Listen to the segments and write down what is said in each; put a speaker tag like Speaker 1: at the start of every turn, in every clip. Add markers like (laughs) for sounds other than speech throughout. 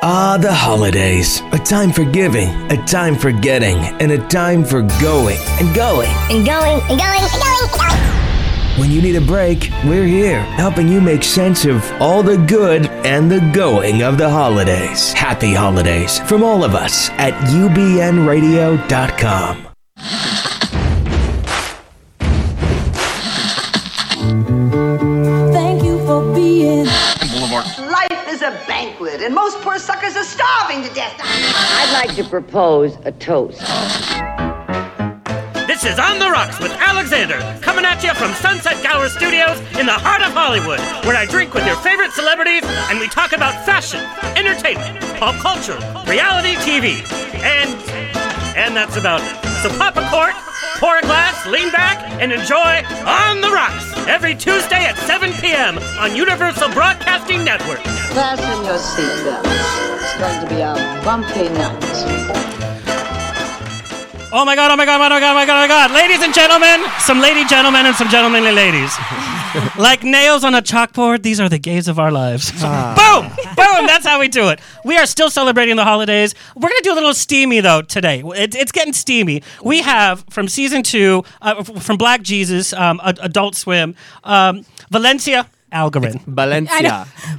Speaker 1: Ah, the holidays. A time for giving, a time for getting, and a time for going and going.
Speaker 2: and going and going and going and going.
Speaker 1: When you need a break, we're here, helping you make sense of all the good and the going of the holidays. Happy holidays from all of us at ubnradio.com.
Speaker 3: Thank you
Speaker 4: (laughs)
Speaker 3: for being.
Speaker 5: Life is a banquet, and most poor suckers are starving to death.
Speaker 6: I'd like to propose a toast.
Speaker 4: This is On the Rocks with Alexander, coming at you from Sunset Gower Studios in the heart of Hollywood, where I drink with your favorite celebrities and we talk about fashion, entertainment, pop culture, reality TV, and and that's about it. So pop a cork, pour a glass, lean back, and enjoy On the Rocks every Tuesday at 7 p.m. on Universal Broadcasting Network.
Speaker 7: Fasten your seatbelts. It's going to be a bumpy night.
Speaker 4: Oh my god, oh my god, oh my god, oh my god, oh my god. Ladies and gentlemen, some lady gentlemen and some gentlemanly
Speaker 8: (laughs)
Speaker 4: ladies. like nails on a chalkboard, these are the gays of our lives.
Speaker 8: Ah.
Speaker 4: Boom! Boom! That's how we do it. We are still celebrating the holidays. We're going to do a little steamy, though, today. It, it's getting steamy. We have from season two, uh, f- from Black Jesus, um, Ad- Adult Swim, um, Valencia Algarin.
Speaker 8: Valencia.
Speaker 4: Valencia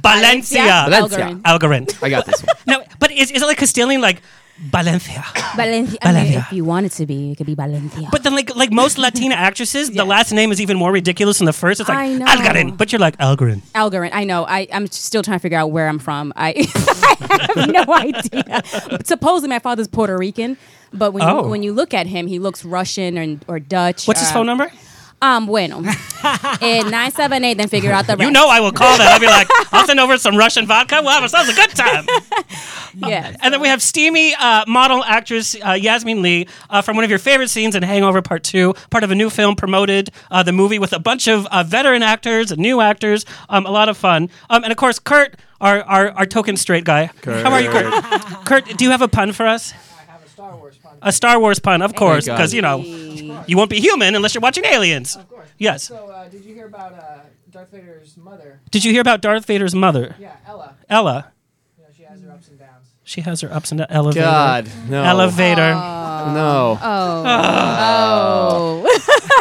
Speaker 8: Valencia.
Speaker 4: Algarin.
Speaker 8: I got this one.
Speaker 4: No, but is, is it like Castilian, like Valencia?
Speaker 9: Valencia. I mean,
Speaker 4: Valencia.
Speaker 9: if you want it to be, it could be Valencia.
Speaker 4: But then, like like
Speaker 9: (laughs)
Speaker 4: most Latina actresses, the last name is even more ridiculous than the first. It's
Speaker 9: I
Speaker 4: like
Speaker 9: know.
Speaker 4: Algarin, but you're like Algarin.
Speaker 9: Algarin. I know. I, I'm still trying to figure out where I'm from. I, (laughs) I have no idea. Supposedly, my father's Puerto Rican, but when
Speaker 4: Oh.
Speaker 9: you, when you look at him, he looks Russian and or Dutch. Uh,
Speaker 4: What's his phone number?
Speaker 9: Um,
Speaker 4: (laughs)
Speaker 9: bueno. and nine seven eight. Then figure out the rest.
Speaker 4: You know I will call that. I'll be like, I'll send over some Russian vodka. We'll have ourselves a good time.
Speaker 9: Yeah.
Speaker 4: And then we have steamy uh, model actress uh, Yasmin Lee uh, from one of your favorite scenes in Hangover Part Two, part of a new film promoted uh, the movie with a bunch of uh, veteran actors and new actors. Um, a lot of fun. Um, and of course, Kurt, our our, our token straight guy. How are you, Kurt? Kurt, do you have a pun for us? A Star Wars pun, of course,
Speaker 8: God.
Speaker 4: because you know you won't be human unless you're watching Aliens. Of course. Yes.
Speaker 10: So, uh, did you hear about uh, Darth Vader's mother?
Speaker 4: Did you hear about Darth Vader's mother,
Speaker 10: Yeah, Ella.
Speaker 4: Ella?
Speaker 10: You know, she has her ups and downs.
Speaker 4: She has her ups and downs. Elevator.
Speaker 8: God. No.
Speaker 4: Elevator.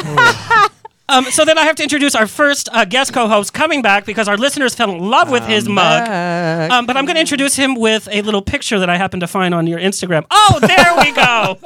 Speaker 8: No.
Speaker 4: Um, so then I have to introduce our first uh, guest co-host coming back because our listeners fell in love with his mug. Um, but I'm going to introduce him with a little picture that I happened to find on your Instagram. Oh, there we
Speaker 8: (laughs)
Speaker 4: go.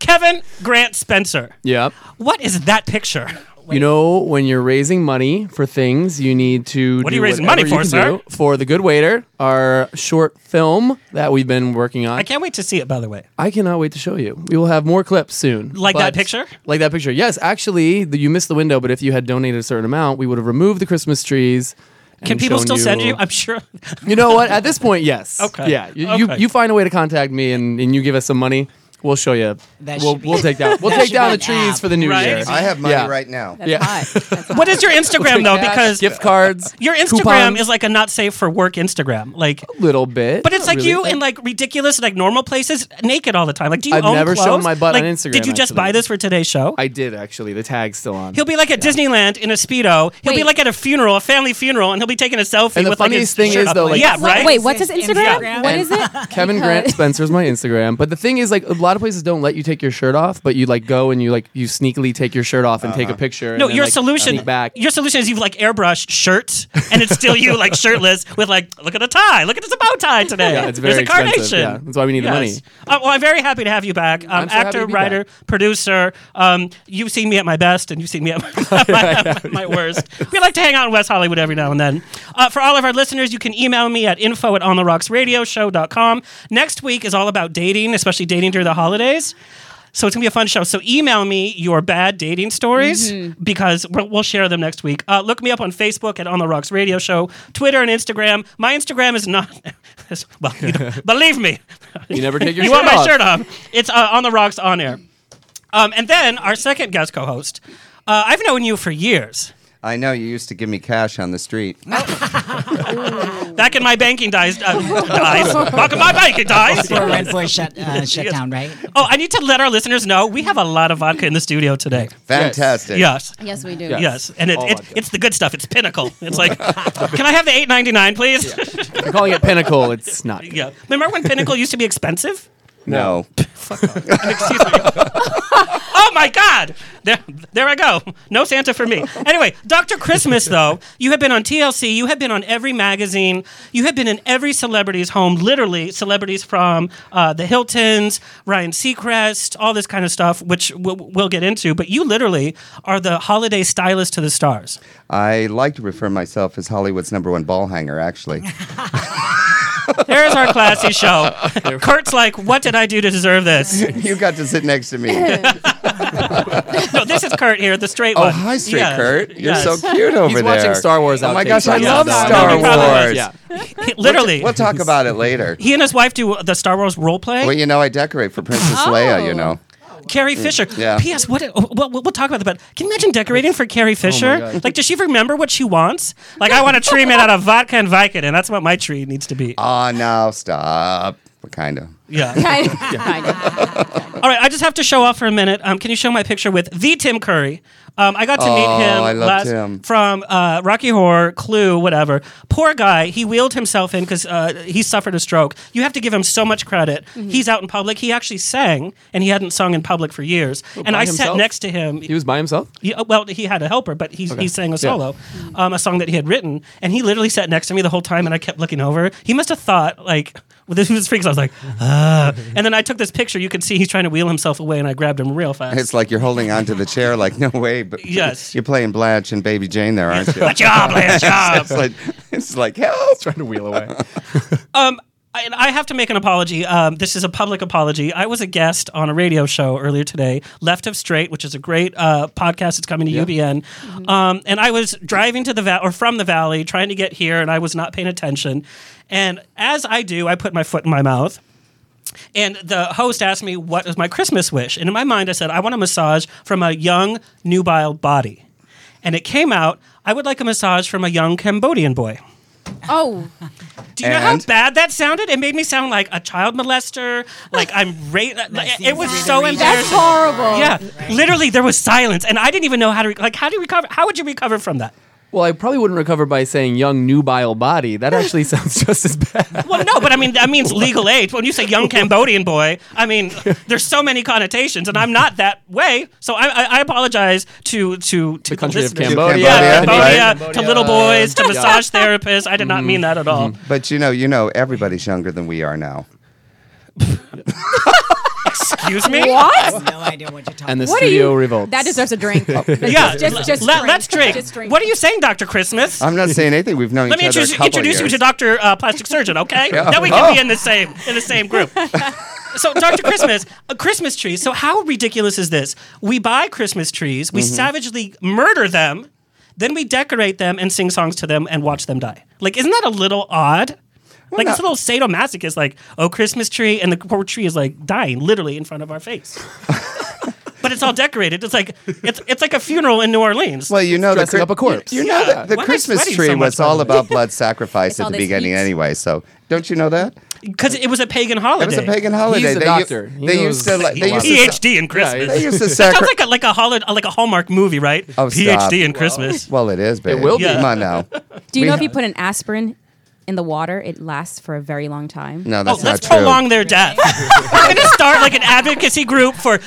Speaker 4: Kevin Grant Spencer.
Speaker 8: Yep.
Speaker 4: What is that picture?
Speaker 8: You know, when you're raising money for things, you need to.
Speaker 4: What are
Speaker 8: do
Speaker 4: you raising
Speaker 8: whatever
Speaker 4: money for,
Speaker 8: can
Speaker 4: sir?
Speaker 8: do. For the Good Waiter, our short film that we've been working on.
Speaker 4: I can't wait to see it. By the way,
Speaker 8: I cannot wait to show you. We will have more clips soon.
Speaker 4: Like that picture?
Speaker 8: Like that picture. Yes, actually, the, you missed the window. But if you had donated a certain amount, we would have removed the Christmas trees. and
Speaker 4: can people
Speaker 8: shown
Speaker 4: still send you? I'm sure.
Speaker 8: You know what? At this point,
Speaker 4: (laughs)
Speaker 8: yes.
Speaker 4: Okay.
Speaker 8: Yeah. You, you,
Speaker 4: Okay.
Speaker 8: you find a way to contact me and, and you give us some money. We'll show you.
Speaker 11: That
Speaker 8: we'll,
Speaker 11: should be-
Speaker 8: we'll take down. We'll
Speaker 11: that
Speaker 8: take
Speaker 11: should
Speaker 8: down
Speaker 11: be
Speaker 8: the
Speaker 11: an
Speaker 8: trees
Speaker 11: app.
Speaker 8: for the new
Speaker 4: Right.
Speaker 8: year.
Speaker 11: I have money
Speaker 8: Yeah.
Speaker 11: right now.
Speaker 9: That's
Speaker 8: Yeah.
Speaker 9: hot. (laughs) That's hot.
Speaker 4: what is your (laughs)
Speaker 8: (laughs)
Speaker 4: Instagram though?
Speaker 8: Cash,
Speaker 4: Because
Speaker 8: gift cards,
Speaker 4: your Instagram
Speaker 8: coupons.
Speaker 4: is like a not safe for work Instagram. Like,
Speaker 8: a little bit,
Speaker 4: But it's
Speaker 8: not
Speaker 4: like
Speaker 8: really.
Speaker 4: you in like ridiculous, like normal places, naked all the time. Like, do you
Speaker 8: I've
Speaker 4: own
Speaker 8: never shown
Speaker 4: clothes?
Speaker 8: my butt
Speaker 4: Like,
Speaker 8: on Instagram,
Speaker 4: Did you just buy
Speaker 8: actually.
Speaker 4: this for today's show?
Speaker 8: I did actually. The tag's still on.
Speaker 4: he'll be like at Disneyland in a speedo. He'll be
Speaker 9: Wait.
Speaker 4: like at a funeral, a family funeral, and he'll be taking a selfie.
Speaker 8: And the
Speaker 4: with, like, his
Speaker 8: funniest thing
Speaker 4: shirt
Speaker 8: is,
Speaker 4: up.
Speaker 8: though, like-
Speaker 4: yeah,
Speaker 9: Wait,
Speaker 4: right.
Speaker 9: Wait, what's his
Speaker 11: His
Speaker 9: Instagram?
Speaker 11: Instagram.
Speaker 9: What
Speaker 8: And
Speaker 9: is it?
Speaker 8: (laughs) Kevin
Speaker 9: Because-
Speaker 8: Grant Spencer's my Instagram. But the thing is, like a lot of places don't let you take your shirt off, but you like go and you like you sneakily take your shirt off and
Speaker 11: Uh-huh.
Speaker 8: take a picture.
Speaker 4: No,
Speaker 8: and then,
Speaker 4: your
Speaker 8: like,
Speaker 4: solution.
Speaker 8: sneak back.
Speaker 4: Your solution is you've like airbrushed shirts, and it's still you like shirtless with like look at the tie, look at this bow tie today.
Speaker 8: Yeah, it's very
Speaker 4: There's a carnation.
Speaker 8: expensive. Yeah, that's why we need the money.
Speaker 4: Uh, well, I'm very happy to have you back. Um,
Speaker 8: I'm so happy
Speaker 4: actor,
Speaker 8: to be
Speaker 4: writer, producer. Um, you've seen me at my best, and you've seen me at (laughs) my, my, my worst. We like to hang out in West Hollywood every now and then. Uh, for all of our listeners, you can email me at info at ontherocksradioshow.com. Next week is all about dating, especially dating during the holidays. So it's gonna be a fun show. So email me your bad dating stories
Speaker 8: Mm-hmm.
Speaker 4: because we'll, we'll share them next week. Uh, look me up on Facebook at On the Rocks Radio Show, Twitter and Instagram. My Instagram is not (laughs) well. You
Speaker 8: (laughs)
Speaker 4: don't- believe me, (laughs)
Speaker 8: You never take your
Speaker 4: you
Speaker 8: shirt
Speaker 4: want my
Speaker 8: off.
Speaker 4: shirt off. It's uh, on the rocks on air. Um, and then our second guest co-host. Uh, I've known you for years.
Speaker 3: I know you used to give me cash on the
Speaker 8: (laughs)
Speaker 3: street.
Speaker 4: Back in my banking dies, uh, dies. Back in my banking dies.
Speaker 11: We're in for a shut, uh, shutdown, right?
Speaker 4: Oh, I need to let our listeners know we have a lot of vodka in the studio today.
Speaker 3: Fantastic.
Speaker 4: Yes.
Speaker 9: Yes, we do.
Speaker 8: Yeah.
Speaker 4: Yes, and it,
Speaker 8: All
Speaker 4: it,
Speaker 8: vodka.
Speaker 4: it's the good stuff. It's pinnacle. It's like, can I have the eight ninety nine, please? (laughs)
Speaker 8: They're calling it Pinnacle. It's not.
Speaker 4: yeah. Remember when pinnacle used to be expensive?
Speaker 3: No.
Speaker 4: Excuse me. oh my God! There, there I go. No Santa for me. Anyway, Doctor Christmas, though, you have been on TLC. You have been on every magazine. You have been in every celebrity's home. Literally, celebrities from uh, the Hiltons, Ryan Seacrest, all this kind of stuff, which we'll, we'll get into. But you literally are the holiday stylist to the stars.
Speaker 3: I like to refer myself as Hollywood's number one ball
Speaker 8: (laughs)
Speaker 3: hanger, actually.
Speaker 4: There's our classy
Speaker 3: (laughs)
Speaker 4: show. Kurt's like, what did I do to deserve this?
Speaker 3: you got to sit next
Speaker 8: (laughs)
Speaker 3: to me.
Speaker 4: No, this is Kurt here, the straight
Speaker 3: Oh,
Speaker 4: one.
Speaker 3: hi, straight
Speaker 4: Yeah.
Speaker 3: Kurt. You're
Speaker 4: Yes.
Speaker 3: so cute over
Speaker 8: He's
Speaker 3: there.
Speaker 8: watching Star Wars
Speaker 3: Oh my
Speaker 8: outtakes
Speaker 3: gosh, I
Speaker 8: right now.
Speaker 3: love
Speaker 8: No,
Speaker 3: Star
Speaker 4: no, no, no,
Speaker 3: Wars.
Speaker 8: Yeah.
Speaker 4: He- literally.
Speaker 3: We'll talk about it
Speaker 8: (laughs)
Speaker 3: later.
Speaker 4: he and his wife do the Star Wars role play.
Speaker 3: Well, you know, I decorate for Princess Leia.
Speaker 8: Oh.
Speaker 3: You know,
Speaker 4: Carrie Fisher.
Speaker 3: Yeah.
Speaker 4: P.S. What? oh, Well, we'll we'll talk about that. But can you imagine decorating for Carrie Fisher?
Speaker 8: God.
Speaker 4: like, does she remember what she wants? Like, I want a tree made out of vodka and Vicodin. That's what my tree needs to be.
Speaker 3: ah, now stop. Kind of.
Speaker 4: yeah.
Speaker 9: Kind of- (laughs) kind of.
Speaker 4: All right. I just have to show off for a minute. Um, can you show my picture with the Tim Curry? Um, I got to
Speaker 3: Oh,
Speaker 4: meet him
Speaker 3: I love
Speaker 4: last
Speaker 3: Tim.
Speaker 4: from uh, Rocky Horror, Clue, whatever. Poor guy. He wheeled himself in because uh, he suffered a stroke. You have to give him so much credit.
Speaker 8: Mm-hmm.
Speaker 4: He's out in public. He actually sang, and he hadn't sung in public for years. and
Speaker 8: by
Speaker 4: I sat
Speaker 8: himself?
Speaker 4: next to him.
Speaker 8: He was by himself.
Speaker 4: Yeah, uh, well, he had a helper, but he, he sang a solo, um, a song that he had written, and he literally sat next to me the whole time, and I kept looking over. He must have thought like. (laughs) Well, this was freaks. I was like, ah. And then I took this picture. You can see he's trying to wheel himself away, and I grabbed him real fast.
Speaker 3: It's like you're holding onto the chair, like no way. But
Speaker 4: Yes.
Speaker 3: you're playing Blanche and Baby Jane there,
Speaker 8: (laughs)
Speaker 3: aren't you?
Speaker 4: Good job, Lance, job.
Speaker 3: (laughs) it's like it's like help.
Speaker 8: Trying to (laughs) wheel away.
Speaker 4: Um, I, and I have to make an apology. Um, this is a public apology. I was a guest on a radio show earlier today, Left of Straight, which is a great uh, podcast. It's coming to UBN. Um, and I was driving to the val- or from the valley, trying to get here, and I was not paying attention. And as I do, I put my foot in my mouth. And the host asked me, What is my Christmas wish? And in my mind, I said, I want a massage from a young, nubile body. And it came out, I would like a massage from a young Cambodian boy.
Speaker 9: Oh,
Speaker 4: Do you know how
Speaker 3: And?
Speaker 4: bad that sounded? It made me sound like a child molester. Like I'm rape. Like, it was
Speaker 11: seems
Speaker 4: so
Speaker 11: really
Speaker 9: that's
Speaker 4: embarrassing.
Speaker 9: horrible.
Speaker 4: Yeah, literally, there was silence, and I didn't even know how to re- like. How do you recover? How would you recover from that?
Speaker 8: Well, I probably wouldn't recover by saying young nubile body.
Speaker 4: (laughs)
Speaker 8: That actually sounds just as bad.
Speaker 4: Well, no, but I mean that means legal age. When you say young Cambodian boy, I mean there's so many connotations, and I'm not that way. So I, I, I apologize to to to the
Speaker 8: country of
Speaker 4: listeners.
Speaker 8: Cambodia.
Speaker 4: yeah,
Speaker 3: Cambodia, right?
Speaker 4: Cambodia, to little boys, to massage therapists. I did not mean that at all.
Speaker 3: But you know, you know, everybody's younger than we are now.
Speaker 4: Excuse me.
Speaker 11: I have no idea what you're talking
Speaker 8: And the
Speaker 9: What are
Speaker 8: studio
Speaker 9: you?
Speaker 8: revolts.
Speaker 9: That deserves a
Speaker 8: (laughs)
Speaker 9: drink.
Speaker 4: Yeah,
Speaker 9: Just, just, just
Speaker 4: let,
Speaker 9: drink.
Speaker 4: us drink.
Speaker 9: Just drink.
Speaker 4: What are you saying, Doctor Christmas?
Speaker 3: I'm not saying anything. We've known
Speaker 4: Let
Speaker 3: each
Speaker 4: me
Speaker 3: other
Speaker 4: introduce,
Speaker 3: a couple
Speaker 4: introduce you
Speaker 3: years. Oh.
Speaker 4: to Doctor uh, Plastic Surgeon, okay? Then we can be in the same in the same group. so, Doctor Christmas, a Christmas tree. So, how ridiculous is this? We buy Christmas trees,
Speaker 3: Mm-hmm.
Speaker 4: we savagely murder them, then we decorate them and sing songs to them and watch them die. Like, isn't that a little odd? Like it's a little sadomasochist, like oh Christmas tree, and the poor tree is like dying literally in front of our
Speaker 3: (laughs)
Speaker 4: face. but it's all decorated. It's like it's it's like a funeral in New Orleans.
Speaker 3: Well, you know, the
Speaker 8: Dressing up a corpse.
Speaker 3: You know, the, the
Speaker 4: Why am I
Speaker 3: Christmas
Speaker 4: sweating
Speaker 3: tree
Speaker 4: so much,
Speaker 3: was
Speaker 4: by
Speaker 3: all
Speaker 4: the way?
Speaker 3: about blood
Speaker 4: (laughs)
Speaker 3: sacrifice
Speaker 9: It's
Speaker 3: at
Speaker 9: all
Speaker 3: the
Speaker 9: this
Speaker 3: beginning,
Speaker 9: heat.
Speaker 3: anyway. So, don't you know that?
Speaker 4: Because it was a pagan holiday.
Speaker 3: It was a pagan holiday.
Speaker 8: a
Speaker 3: they
Speaker 8: doctor.
Speaker 3: u-
Speaker 8: He
Speaker 3: they
Speaker 8: knows-
Speaker 3: used to. like- They used to.
Speaker 4: PhD in Christmas.
Speaker 3: (laughs) They used to
Speaker 4: (laughs) Sounds
Speaker 3: sacrifice.
Speaker 4: like a like a holiday like a Hallmark movie, right?
Speaker 3: Oh,
Speaker 4: PhD
Speaker 3: stop.
Speaker 4: in
Speaker 3: (laughs)
Speaker 4: Christmas.
Speaker 3: Well, it is, baby.
Speaker 8: will be.
Speaker 3: Come
Speaker 4: (laughs)
Speaker 3: on now.
Speaker 9: Do you
Speaker 3: We
Speaker 9: know
Speaker 3: ha-
Speaker 9: if you put an aspirin in the water, it lasts for a very long time?
Speaker 3: No,
Speaker 4: Oh,
Speaker 3: that's not
Speaker 4: let's
Speaker 3: true.
Speaker 4: prolong their
Speaker 3: (laughs)
Speaker 4: death. We're gonna start like an advocacy group for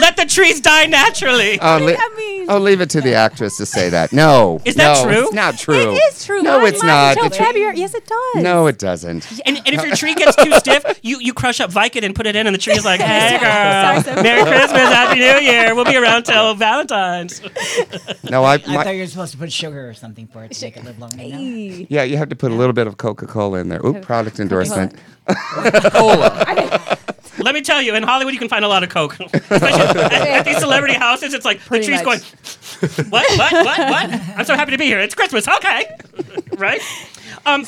Speaker 4: let the trees die naturally.
Speaker 3: Oh, li-
Speaker 9: that mean?
Speaker 3: oh, leave it to the actress to say that. No.
Speaker 4: Is that
Speaker 3: no,
Speaker 4: true?
Speaker 3: It's not true.
Speaker 9: It is true.
Speaker 3: No,
Speaker 9: Mine
Speaker 3: it's
Speaker 9: lasts
Speaker 3: not.
Speaker 9: until
Speaker 3: The tree-
Speaker 9: February. Yes, it does.
Speaker 3: No, it doesn't.
Speaker 4: And, and if your tree gets
Speaker 3: (laughs)
Speaker 4: too stiff, you, you crush up Vicodin and put it in, and the tree's like, hey
Speaker 9: Sorry,
Speaker 4: girl,
Speaker 9: sorry.
Speaker 4: Merry Christmas, Happy New Year. We'll be around till Valentine's.
Speaker 3: No, I.
Speaker 11: about. I
Speaker 3: My,
Speaker 11: thought you were supposed to put sugar or something for it to make it live longer. No.
Speaker 9: Hey.
Speaker 3: yeah, you have to put a little bit of Coca Cola in there. Oop, product endorsement.
Speaker 4: Let me tell you, in Hollywood, you can find a lot of coke. (laughs) Especially at, at these celebrity houses, it's like
Speaker 9: Pretty
Speaker 4: the tree's
Speaker 9: much.
Speaker 4: going, what, what, what, what? I'm so happy to be here. It's Christmas. Okay. (laughs) right? Um,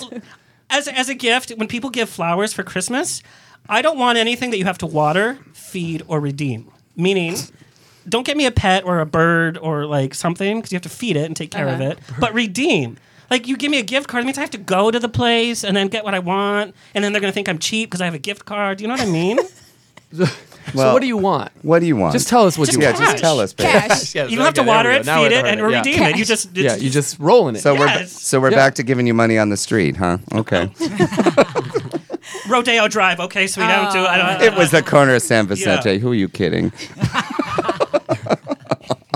Speaker 4: as, as a gift, when people give flowers for Christmas, I don't want anything that you have to water, feed, or redeem. Meaning, don't get me a pet or a bird or like something because you have to feed it and take care of
Speaker 12: Uh-huh.
Speaker 4: it. But redeem. Like you give me a gift card, it means I have to go to the place and then get what I want, and then they're gonna think I'm cheap because I have a gift card. You know what I mean?
Speaker 8: so what do you (laughs) want?
Speaker 3: What do you want?
Speaker 8: Just tell us what
Speaker 4: Just
Speaker 8: you want.
Speaker 4: cash. Yeah, just tell us, babe. Cash. You don't have to water it, feed it, and
Speaker 8: we're
Speaker 4: redeem it. You just-
Speaker 8: yeah, you just rolling it.
Speaker 3: So we're so we're back to giving you money on the street, huh? Okay.
Speaker 4: Rodeo Drive, okay, so we don't do. I
Speaker 8: Oh.
Speaker 4: don't.
Speaker 3: it was the corner of San
Speaker 4: Yeah.
Speaker 3: Vicente. Who are you kidding?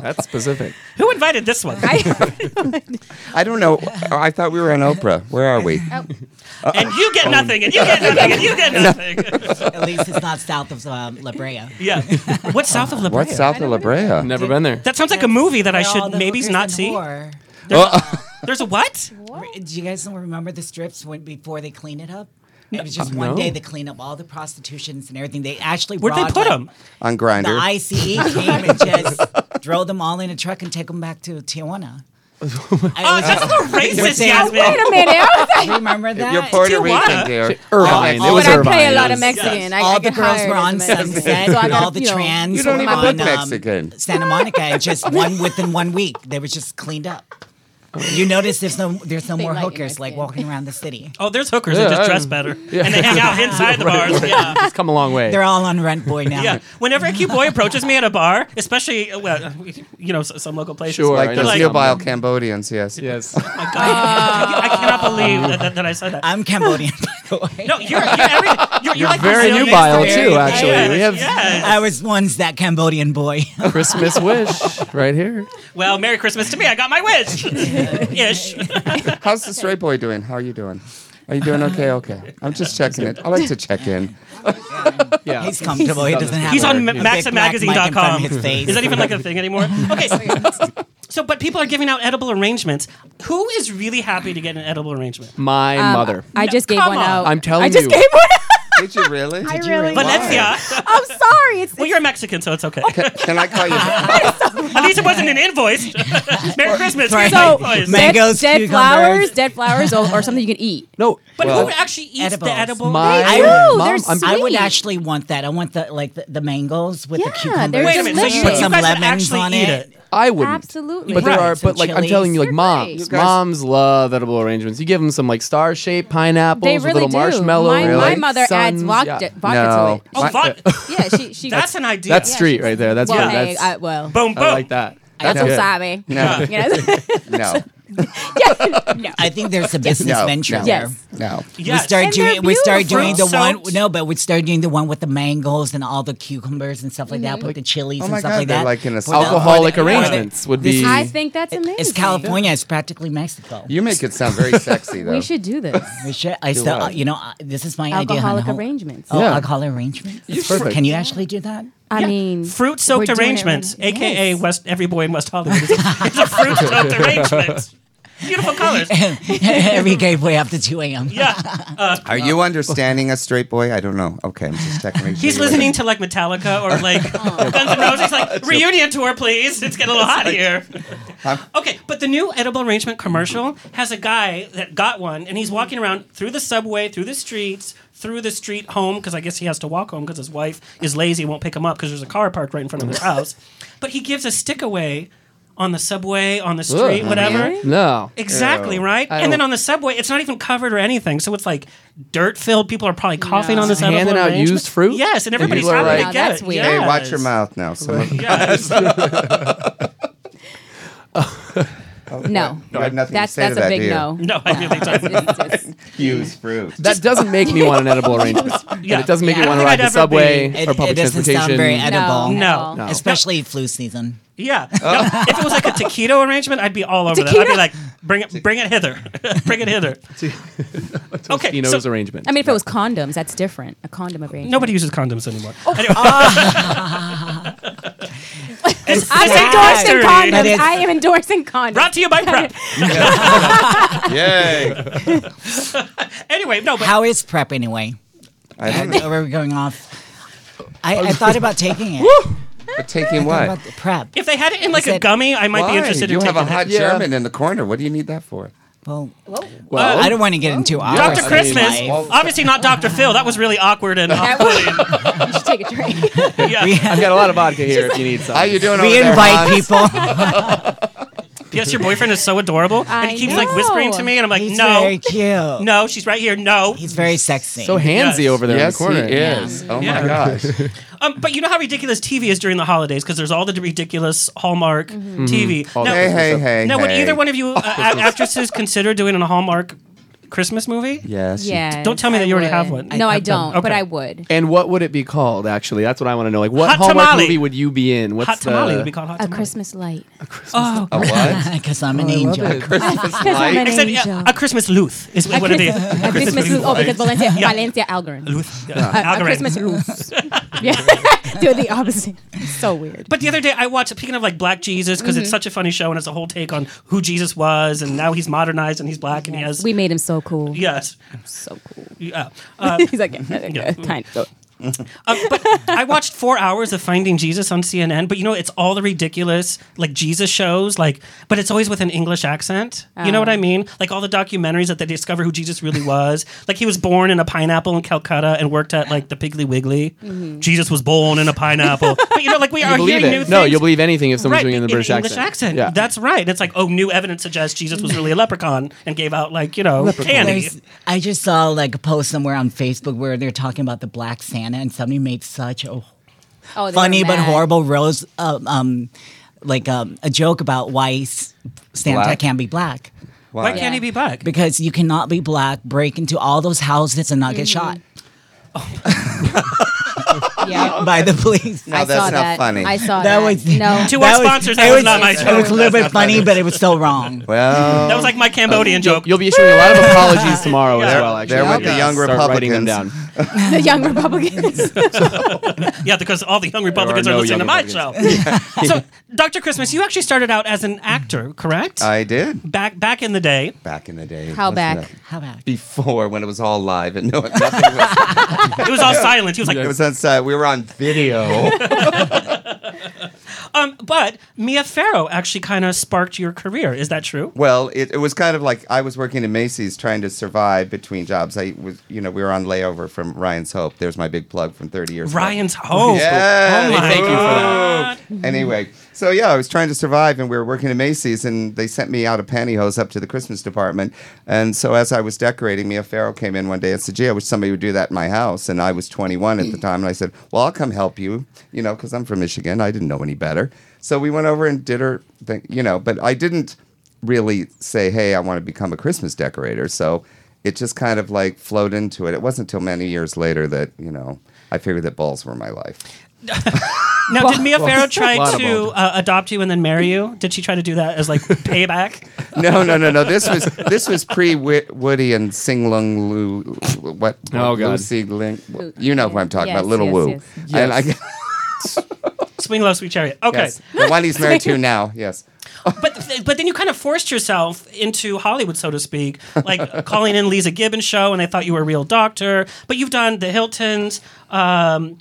Speaker 8: That's specific.
Speaker 4: Who invited this
Speaker 8: (laughs)
Speaker 4: one?
Speaker 3: I don't know. I thought we were on Oprah. Where are we?
Speaker 4: and you
Speaker 8: Oh.
Speaker 4: get nothing, and you get nothing, and you
Speaker 8: (laughs)
Speaker 4: get nothing. (laughs)
Speaker 11: At least it's not south of um, La Brea.
Speaker 4: Yeah. What's
Speaker 8: Oh,
Speaker 4: south of La Brea?
Speaker 3: What's south of La Brea?
Speaker 8: Never been there.
Speaker 4: That sounds like a movie that I
Speaker 11: Where all
Speaker 4: should
Speaker 11: the
Speaker 4: maybe
Speaker 11: hookers
Speaker 4: not
Speaker 11: and
Speaker 4: see.
Speaker 11: whore-
Speaker 4: There's, a, there's a what?
Speaker 11: Re- Do you guys don't remember the strips when before they clean it up? It was just
Speaker 3: Uh,
Speaker 11: one
Speaker 3: no.
Speaker 11: day they clean up all the prostitutions and everything. They actually
Speaker 4: Where'd they
Speaker 11: brought,
Speaker 4: put
Speaker 11: like,
Speaker 4: 'em?
Speaker 3: (laughs) On Grinder.
Speaker 11: The ICE came and
Speaker 4: (laughs)
Speaker 11: just drove them all in a truck and take them back to Tijuana. oh,
Speaker 4: that's
Speaker 11: (laughs)
Speaker 4: a little racist, Yasmin.
Speaker 9: Wait a minute. I was
Speaker 8: (laughs)
Speaker 9: like-
Speaker 11: Remember that?
Speaker 3: You're Puerto Rican,
Speaker 4: Tijuana.
Speaker 3: dear.
Speaker 8: Irvine.
Speaker 11: Oh,
Speaker 8: it was
Speaker 9: but I
Speaker 8: Irvine.
Speaker 9: play a lot of
Speaker 8: Yes.
Speaker 9: Mexican. I,
Speaker 11: all
Speaker 9: I
Speaker 11: the
Speaker 9: get
Speaker 11: girls
Speaker 9: hired
Speaker 11: were
Speaker 9: as a
Speaker 11: on
Speaker 9: Mexican.
Speaker 11: Sunset,
Speaker 9: So I
Speaker 11: and
Speaker 9: gotta,
Speaker 11: all the
Speaker 9: you know,
Speaker 11: trans
Speaker 3: You don't
Speaker 11: were
Speaker 3: even
Speaker 11: on,
Speaker 3: look
Speaker 11: um,
Speaker 3: Mexican.
Speaker 11: Santa Monica,
Speaker 9: (laughs)
Speaker 11: and just one within one week, they were just cleaned up. You notice there's no there's no more
Speaker 9: lighten
Speaker 11: hookers like walking around
Speaker 9: (laughs)
Speaker 11: the city.
Speaker 4: Oh, there's hookers
Speaker 8: Yeah,
Speaker 4: that just
Speaker 8: I-
Speaker 4: dress better, and they hang out
Speaker 8: (laughs)
Speaker 4: inside the bars. Yeah.
Speaker 8: It's come a long way.
Speaker 11: They're all on rent boy now.
Speaker 4: Yeah. Whenever a cute boy approaches me at a bar, especially uh, well, uh, you know, s- some local places.
Speaker 8: Sure, I
Speaker 4: they're
Speaker 3: Like
Speaker 8: know
Speaker 3: those
Speaker 8: some.
Speaker 4: like,
Speaker 3: nubile Cambodians, yes.
Speaker 8: yes.
Speaker 4: "Oh my God, I cannot believe that, that, that I said that.
Speaker 11: I'm
Speaker 4: (laughs)
Speaker 11: Cambodian, (laughs) by the way.
Speaker 4: no, you're you're, every, you're, you're, like
Speaker 8: Very
Speaker 4: Brazilian.
Speaker 8: nubile
Speaker 11: Very
Speaker 8: too. Actually,
Speaker 4: Yes,
Speaker 8: we have
Speaker 4: yes.
Speaker 11: I was once that Cambodian boy. (laughs)
Speaker 8: Christmas wish right here.
Speaker 4: Well, Merry Christmas to me. I got my wish. (laughs) Ish.
Speaker 3: How's the straight boy doing? How are you doing? Are you doing okay? Okay. I'm just checking it. I like to check in.
Speaker 8: (laughs) Yeah.
Speaker 11: He's comfortable. He doesn't have
Speaker 4: (laughs) He's
Speaker 11: a
Speaker 4: on
Speaker 11: big black mic in front
Speaker 4: MaximMagazine.com.
Speaker 11: of his face.
Speaker 4: Is that even like a thing (laughs) anymore? Okay. So, but people are giving out edible arrangements. Who is really happy to get an edible arrangement?
Speaker 8: My
Speaker 4: Um,
Speaker 8: mother.
Speaker 9: I just gave
Speaker 4: come
Speaker 9: one
Speaker 4: on.
Speaker 9: out.
Speaker 8: I'm telling
Speaker 9: I just
Speaker 8: you.
Speaker 9: gave one out.
Speaker 3: Did you really? Did you
Speaker 9: really
Speaker 4: Valencia.
Speaker 9: (laughs) I'm sorry. It's,
Speaker 4: Well, you're Mexican, so it's okay.
Speaker 3: Can I
Speaker 9: (laughs)
Speaker 3: call you?
Speaker 4: (laughs) At least it wasn't an (laughs) invoice. Merry Christmas. Here's
Speaker 9: So-
Speaker 4: my invoice.
Speaker 11: Man- Mangoes,
Speaker 9: dead, dead
Speaker 11: cucumbers.
Speaker 9: flowers, dead flowers, or, or something you can eat.
Speaker 8: No.
Speaker 4: but
Speaker 3: Well,
Speaker 4: who actually eats
Speaker 11: edibles.
Speaker 4: the edible?
Speaker 8: My
Speaker 9: They do, they're
Speaker 8: mom. I'm,
Speaker 9: sweet.
Speaker 11: I would
Speaker 9: Sweet.
Speaker 11: actually want that. I want the like the, the mangoes with the
Speaker 9: Yeah,
Speaker 11: cucumbers.
Speaker 9: they're
Speaker 4: Wait a minute. So you,
Speaker 9: delicious.
Speaker 11: put
Speaker 4: you
Speaker 11: some
Speaker 4: guys would
Speaker 11: lemons
Speaker 4: actually
Speaker 11: on
Speaker 4: eat
Speaker 11: it.
Speaker 4: it.
Speaker 8: I wouldn't.
Speaker 9: Absolutely.
Speaker 8: But there
Speaker 4: Right.
Speaker 8: are,
Speaker 11: Some
Speaker 8: but like I'm telling
Speaker 11: chilies.
Speaker 8: you, like
Speaker 9: They're
Speaker 8: moms,
Speaker 9: great. You
Speaker 3: guys-
Speaker 8: moms love edible arrangements. You give them some like star shaped pineapples
Speaker 9: They
Speaker 8: with
Speaker 9: really
Speaker 8: little
Speaker 9: do.
Speaker 8: marshmallows.
Speaker 9: My, my
Speaker 3: Really?
Speaker 9: mother adds
Speaker 8: suns,
Speaker 9: vodka,
Speaker 8: yeah.
Speaker 9: vodka
Speaker 3: No.
Speaker 9: to it.
Speaker 4: Oh, fuck.
Speaker 9: Yeah, she she.
Speaker 4: That's an idea.
Speaker 8: That's
Speaker 9: Yeah,
Speaker 8: street
Speaker 9: she's-
Speaker 8: right there. That's
Speaker 9: well,
Speaker 8: good.
Speaker 9: hey,
Speaker 8: That's,
Speaker 9: I, well,
Speaker 4: boom, boom.
Speaker 8: I like that.
Speaker 9: that's what
Speaker 8: good.
Speaker 9: sabe.
Speaker 3: No.
Speaker 9: Yes.
Speaker 3: No.
Speaker 9: no.
Speaker 11: I think there's
Speaker 4: (laughs)
Speaker 11: a business
Speaker 3: No,
Speaker 11: venture
Speaker 3: no.
Speaker 11: there.
Speaker 9: (laughs) Yes.
Speaker 3: No.
Speaker 4: Yes.
Speaker 11: We started
Speaker 9: And they're
Speaker 11: doing we started doing the
Speaker 4: beautiful.
Speaker 11: one
Speaker 4: Fruit-soaked.
Speaker 11: no, but we started doing the one with the mangoes and all the cucumbers and stuff like that, with the chilies
Speaker 3: Oh
Speaker 11: and
Speaker 3: my
Speaker 11: stuff
Speaker 3: God,
Speaker 11: like
Speaker 3: they're
Speaker 11: that.
Speaker 3: like in a
Speaker 11: For the-
Speaker 8: Alcoholic
Speaker 11: for the-
Speaker 8: arrangements would
Speaker 11: This
Speaker 8: be.
Speaker 9: I think that's amazing.
Speaker 11: It's California. It's practically Mexico.
Speaker 3: You make it sound very sexy, though.
Speaker 9: We should do this.
Speaker 11: We should. I
Speaker 3: Do
Speaker 11: still,
Speaker 3: what?
Speaker 11: you know, I- this is my idea. on the
Speaker 9: Alcoholic
Speaker 11: whole-
Speaker 9: arrangements.
Speaker 11: Oh,
Speaker 8: Yeah.
Speaker 11: alcoholic arrangements.
Speaker 8: It's perfect.
Speaker 11: Can you actually do that? (laughs)
Speaker 9: I mean,
Speaker 4: Fruit
Speaker 9: we're
Speaker 4: soaked
Speaker 9: doing it
Speaker 4: arrangements,
Speaker 9: right.
Speaker 4: aka
Speaker 9: Yes.
Speaker 4: West. Every boy in West Hollywood is a, is a fruit soaked arrangement. Beautiful
Speaker 9: (laughs)
Speaker 4: colors.
Speaker 11: Every gay boy after two a.m.
Speaker 4: Yeah,
Speaker 3: Are you understanding a straight boy? I don't know. Okay, I'm just checking. make sure
Speaker 4: he's
Speaker 3: you're with
Speaker 4: listening
Speaker 3: it.
Speaker 4: to like Metallica or like Guns N' Roses. Like reunion tour, please. It's getting a little hot here. Okay, but the new edible arrangement commercial has a guy that got one, and he's walking around through the subway, through the streets, through the street home because I guess he has to walk home because his wife is lazy, and won't pick him up because there's a car parked right in front of his house. But he gives a stick away on the subway, on the street,
Speaker 8: Ugh.
Speaker 4: whatever.
Speaker 8: No.
Speaker 4: Exactly, right?
Speaker 8: I
Speaker 4: And then
Speaker 8: don't-
Speaker 4: on the subway, it's not even covered or anything. So it's like dirt filled. People are probably coughing on this
Speaker 8: Handing
Speaker 4: edible
Speaker 8: out
Speaker 4: arrangement.
Speaker 8: used fruit?
Speaker 4: Yes, and
Speaker 8: And
Speaker 4: everybody's
Speaker 8: people are
Speaker 4: happy
Speaker 8: like-
Speaker 4: to
Speaker 9: No,
Speaker 4: get
Speaker 9: that's
Speaker 4: it.
Speaker 9: weird.
Speaker 3: Hey,
Speaker 4: Yes.
Speaker 3: watch your mouth now. Some of-
Speaker 4: Yes.
Speaker 9: No.
Speaker 3: (laughs) You had nothing
Speaker 9: That's
Speaker 3: to say
Speaker 9: that's
Speaker 3: to
Speaker 9: a
Speaker 3: that, do
Speaker 9: big
Speaker 4: (laughs)
Speaker 3: you?
Speaker 9: no.
Speaker 4: no, I do think so.
Speaker 9: It's- it's-
Speaker 3: Use (laughs) fruit.
Speaker 8: That doesn't make me want an edible arrangement.
Speaker 4: Yeah.
Speaker 8: And it doesn't make
Speaker 9: Yeah.
Speaker 8: me
Speaker 9: I
Speaker 8: want to
Speaker 4: don't
Speaker 8: ride
Speaker 4: think
Speaker 8: the
Speaker 4: I'd ever be-
Speaker 8: subway
Speaker 11: It,
Speaker 8: or public
Speaker 11: it doesn't
Speaker 8: transportation.
Speaker 11: sound
Speaker 9: (laughs)
Speaker 11: very
Speaker 9: No.
Speaker 11: edible.
Speaker 4: No.
Speaker 9: No.
Speaker 11: Especially flu season.
Speaker 8: (laughs)
Speaker 4: Yeah.
Speaker 8: Oh.
Speaker 4: No, if it was like a taquito arrangement, I'd be all over that. I'd be like, bring it, bring it hither, (laughs) bring it
Speaker 8: (laughs)
Speaker 4: hither. (laughs) okay.
Speaker 8: Tino's
Speaker 4: So
Speaker 8: arrangement.
Speaker 9: I mean, if it was condoms, that's different. A condom arrangement.
Speaker 4: nobody uses condoms anymore. Anyway. (laughs) This-
Speaker 9: I'm
Speaker 4: this ain't
Speaker 9: endorsing
Speaker 4: history.
Speaker 11: That
Speaker 9: condoms.
Speaker 11: is-
Speaker 9: I am endorsing condoms.
Speaker 4: Brought to you by Prep.
Speaker 3: Yay!
Speaker 4: Anyway, no, but
Speaker 11: How is prep
Speaker 3: (laughs)
Speaker 11: anyway?
Speaker 3: I don't know.
Speaker 11: Where we're going off. I, I thought about taking it.
Speaker 3: But
Speaker 11: Thought
Speaker 3: taking what?
Speaker 11: about the prep.
Speaker 4: if they had it in like a
Speaker 11: Said-
Speaker 4: gummy, I might
Speaker 3: Why?
Speaker 4: be interested
Speaker 3: you
Speaker 4: in
Speaker 3: have
Speaker 4: taking
Speaker 3: a hot
Speaker 4: it.
Speaker 8: Yeah.
Speaker 3: German in the corner. What do you need that for?
Speaker 11: Well, uh,
Speaker 3: Well-
Speaker 11: I don't want to get into our
Speaker 4: Dr.
Speaker 11: sweet
Speaker 4: Christmas,
Speaker 11: life.
Speaker 4: obviously not Dr. Phil. That was really awkward and uh, off
Speaker 9: (laughs) You should take a drink.
Speaker 8: I've got a lot of vodka here if you need some.
Speaker 3: How you doing?
Speaker 11: We
Speaker 3: over there,
Speaker 11: invite
Speaker 3: Hans?
Speaker 11: people.
Speaker 4: Yes, your boyfriend is so adorable, and
Speaker 9: I
Speaker 4: he keeps like
Speaker 9: know.
Speaker 4: whispering to me, and I'm like,
Speaker 11: He's
Speaker 4: no,
Speaker 11: very cute.
Speaker 4: no, she's right here, no.
Speaker 11: He's very sexy.
Speaker 8: So handsy
Speaker 4: Yes.
Speaker 8: over there
Speaker 3: Yes,
Speaker 8: in
Speaker 3: he
Speaker 8: the corner.
Speaker 3: is. Oh my
Speaker 4: Yeah.
Speaker 3: gosh.
Speaker 4: Um, but you know how ridiculous TV is during the holidays because there's all the ridiculous Hallmark
Speaker 9: Mm-hmm.
Speaker 4: TV. Now,
Speaker 3: Hey, hey, hey.
Speaker 4: now would
Speaker 3: hey.
Speaker 4: either one of you uh, a- actresses consider doing a Hallmark Christmas movie?
Speaker 3: Yes. you-
Speaker 9: Yes,
Speaker 4: Don't tell me that you
Speaker 9: I
Speaker 4: already have
Speaker 9: would.
Speaker 4: one.
Speaker 9: No,
Speaker 4: I-
Speaker 9: I,
Speaker 4: I've done-
Speaker 9: don't, but
Speaker 4: okay.
Speaker 9: I would.
Speaker 8: And what would it be called? Actually, that's what I want to know. Like, what
Speaker 4: Hot
Speaker 8: Hallmark
Speaker 4: tamale.
Speaker 8: movie would you be in? What's
Speaker 4: Hot
Speaker 8: the
Speaker 4: Tamale would be called Hot
Speaker 9: A
Speaker 4: Tamale.
Speaker 9: Christmas light.
Speaker 4: Oh,
Speaker 3: A
Speaker 11: (laughs)
Speaker 3: what?
Speaker 11: Because I'm an angel.
Speaker 9: Because I'm an
Speaker 4: except
Speaker 9: angel.
Speaker 4: uh, a Christmas Luth is what it is.
Speaker 9: A Christmas Luth. Oh, because Valencia, Valencia Algorand.
Speaker 4: Luth.
Speaker 9: A, a
Speaker 4: Algorand.
Speaker 9: Christmas (laughs) Luth. yeah, (laughs) they're the opposite. So weird.
Speaker 4: But the other day, I watched, speaking of like Black Jesus, because
Speaker 8: Mm-hmm.
Speaker 4: it's such a funny show and it's a whole take on who Jesus was, and now he's modernized and he's black and he has.
Speaker 9: We made him so cool.
Speaker 4: yes.
Speaker 9: So cool.
Speaker 4: Yeah.
Speaker 9: (laughs) He's like, Uh, yeah, kind of.
Speaker 4: Uh, (laughs) but I watched four hours of Finding Jesus on CNN. But you know, it's all the ridiculous like Jesus shows, like, but it's always with an English accent. You
Speaker 8: Oh.
Speaker 4: know what I mean? Like all the documentaries that they discover who Jesus really was. like he was born in a pineapple in Calcutta and worked at like the Piggly Wiggly. Jesus was born in a pineapple. but you know, like we
Speaker 8: Mm-hmm. You
Speaker 4: are
Speaker 8: believe
Speaker 4: hearing new
Speaker 8: it?
Speaker 4: things.
Speaker 8: No, you'll believe anything if someone's
Speaker 4: Right,
Speaker 8: doing it in the British
Speaker 4: English
Speaker 8: accent. Yeah.
Speaker 4: That's right. It's like, oh, new evidence suggests Jesus was really a leprechaun and gave out like you know candy.
Speaker 11: There's- I just saw like a post somewhere on Facebook where they're talking about the Black Santa, and somebody made such a
Speaker 9: Oh, they were
Speaker 11: funny but
Speaker 9: mad.
Speaker 11: horrible rose, um, um like um, a joke about why s- Santa
Speaker 3: Black?
Speaker 11: can't be black
Speaker 4: Why
Speaker 9: Yeah.
Speaker 4: can't he be black?
Speaker 11: because you cannot be black, break into all those houses and not get
Speaker 9: Mm-hmm.
Speaker 11: shot
Speaker 9: Yeah,
Speaker 11: by the police.
Speaker 3: No,
Speaker 9: I
Speaker 3: that's
Speaker 9: saw
Speaker 3: not
Speaker 9: that.
Speaker 3: funny.
Speaker 9: I saw
Speaker 11: That
Speaker 9: that.
Speaker 11: was-
Speaker 9: (laughs) no.
Speaker 4: To our sponsors, that
Speaker 11: it
Speaker 4: was not my
Speaker 11: It was a
Speaker 4: joke.
Speaker 11: little bit funny, but it was still wrong.
Speaker 3: Well,
Speaker 4: That was like my Cambodian joke.
Speaker 8: Oh, You'll be issuing a lot of apologies tomorrow as well. Actually,
Speaker 3: they're with the
Speaker 8: Yeah.
Speaker 3: young
Speaker 8: Start writing them down.
Speaker 3: Republicans.
Speaker 9: the young (laughs) Republicans.
Speaker 4: Yeah, because all the young Republicans are,
Speaker 8: no
Speaker 4: listening to
Speaker 8: young
Speaker 4: my show.
Speaker 8: (laughs)
Speaker 4: so, Dr. Christmas, you actually started out as an actor, correct?
Speaker 3: I did
Speaker 4: back back in the day.
Speaker 3: back in the day.
Speaker 9: How
Speaker 3: Listen
Speaker 9: back?
Speaker 3: up.
Speaker 11: How about?
Speaker 3: Before when it was all live and no, (laughs) nothing
Speaker 8: (laughs)
Speaker 3: was,
Speaker 4: It was all silent. He was like,
Speaker 3: it was on site. We were on
Speaker 8: (laughs)
Speaker 3: video.
Speaker 4: um, but Mia Farrow actually kind of sparked your career. Is that true?
Speaker 3: Well, it, it was kind of like I was working in Macy's trying to survive between jobs. I was, you know, we were on layover from Ryan's Hope. There's my big plug from 30 years. ago.
Speaker 4: Ryan's home.
Speaker 3: Yeah.
Speaker 4: Oh my
Speaker 8: Thank you for
Speaker 4: God.
Speaker 3: Anyway, so yeah, I was trying to survive, and we were working at Macy's, and they sent me out of pantyhose up to the Christmas department. And so as I was decorating, Mia Farrow came in one day and said, "Gee, I wish somebody would do that in my house." And I was 21 at the time, and I said, "Well, I'll come help you," you know, because I'm from Michigan. I didn't know any better. So we went over and did her thing, you know, but I didn't really say, "Hey, I want to become a Christmas decorator." So it just kind of like flowed into it. It wasn't until many years later that you know I figured that balls were my life.
Speaker 4: Now, did Mia
Speaker 8: (laughs)
Speaker 4: Farrow try
Speaker 8: lot of
Speaker 4: to
Speaker 8: balls.
Speaker 4: uh, adopt you and then marry you? Did she try to do that as
Speaker 8: (laughs)
Speaker 4: like payback?
Speaker 3: No, no, no, no. This was this was pre Woody and Sing Lung Lu. What?
Speaker 8: Oh, God.
Speaker 3: Lucy Ling. You know who I'm talking
Speaker 9: Yes,
Speaker 3: about, Little
Speaker 9: yes,
Speaker 3: Woo.
Speaker 9: yes.
Speaker 3: And
Speaker 8: (laughs)
Speaker 3: I,
Speaker 4: Swing low, sweet chariot. Okay.
Speaker 3: yes. The one he's married to
Speaker 9: (laughs)
Speaker 3: now. Yes.
Speaker 4: But but then you kind of forced yourself into Hollywood, so to speak,
Speaker 8: (laughs)
Speaker 4: like calling in Lisa Gibbons show, and they thought you were a real doctor. But you've done the Hiltons, um,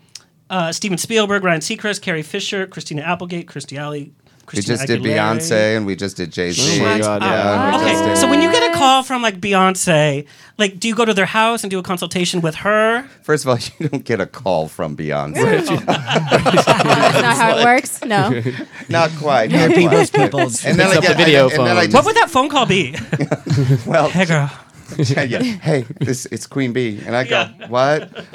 Speaker 4: uh, Steven Spielberg, Ryan Seacrest, Carrie Fisher, Christina Applegate, Kirstie Alley.
Speaker 3: We
Speaker 4: Christina
Speaker 3: just did
Speaker 4: Aguilera.
Speaker 3: Beyonce and we just did Jay Z.
Speaker 8: Oh my God,
Speaker 3: Yeah,
Speaker 8: yeah.
Speaker 3: we just
Speaker 4: Okay,
Speaker 3: did-
Speaker 4: so when you get a call from like Beyonce, like do you go to their house and do a consultation with her?
Speaker 3: First of all, (laughs) you don't get a call from Beyonce.
Speaker 9: That's not how it works. (laughs) No.
Speaker 3: (laughs) Not quite. Not quite.
Speaker 11: People's
Speaker 3: And then
Speaker 8: Picks
Speaker 3: I
Speaker 8: up the
Speaker 3: get-
Speaker 8: video
Speaker 3: and, and then I
Speaker 4: What
Speaker 8: phone.
Speaker 3: just,
Speaker 4: would that phone call be?
Speaker 3: well,
Speaker 4: Hey girl,
Speaker 3: yeah, (laughs) yeah. Hey, this it's Queen Bee, and I go,
Speaker 4: Yeah.
Speaker 3: what?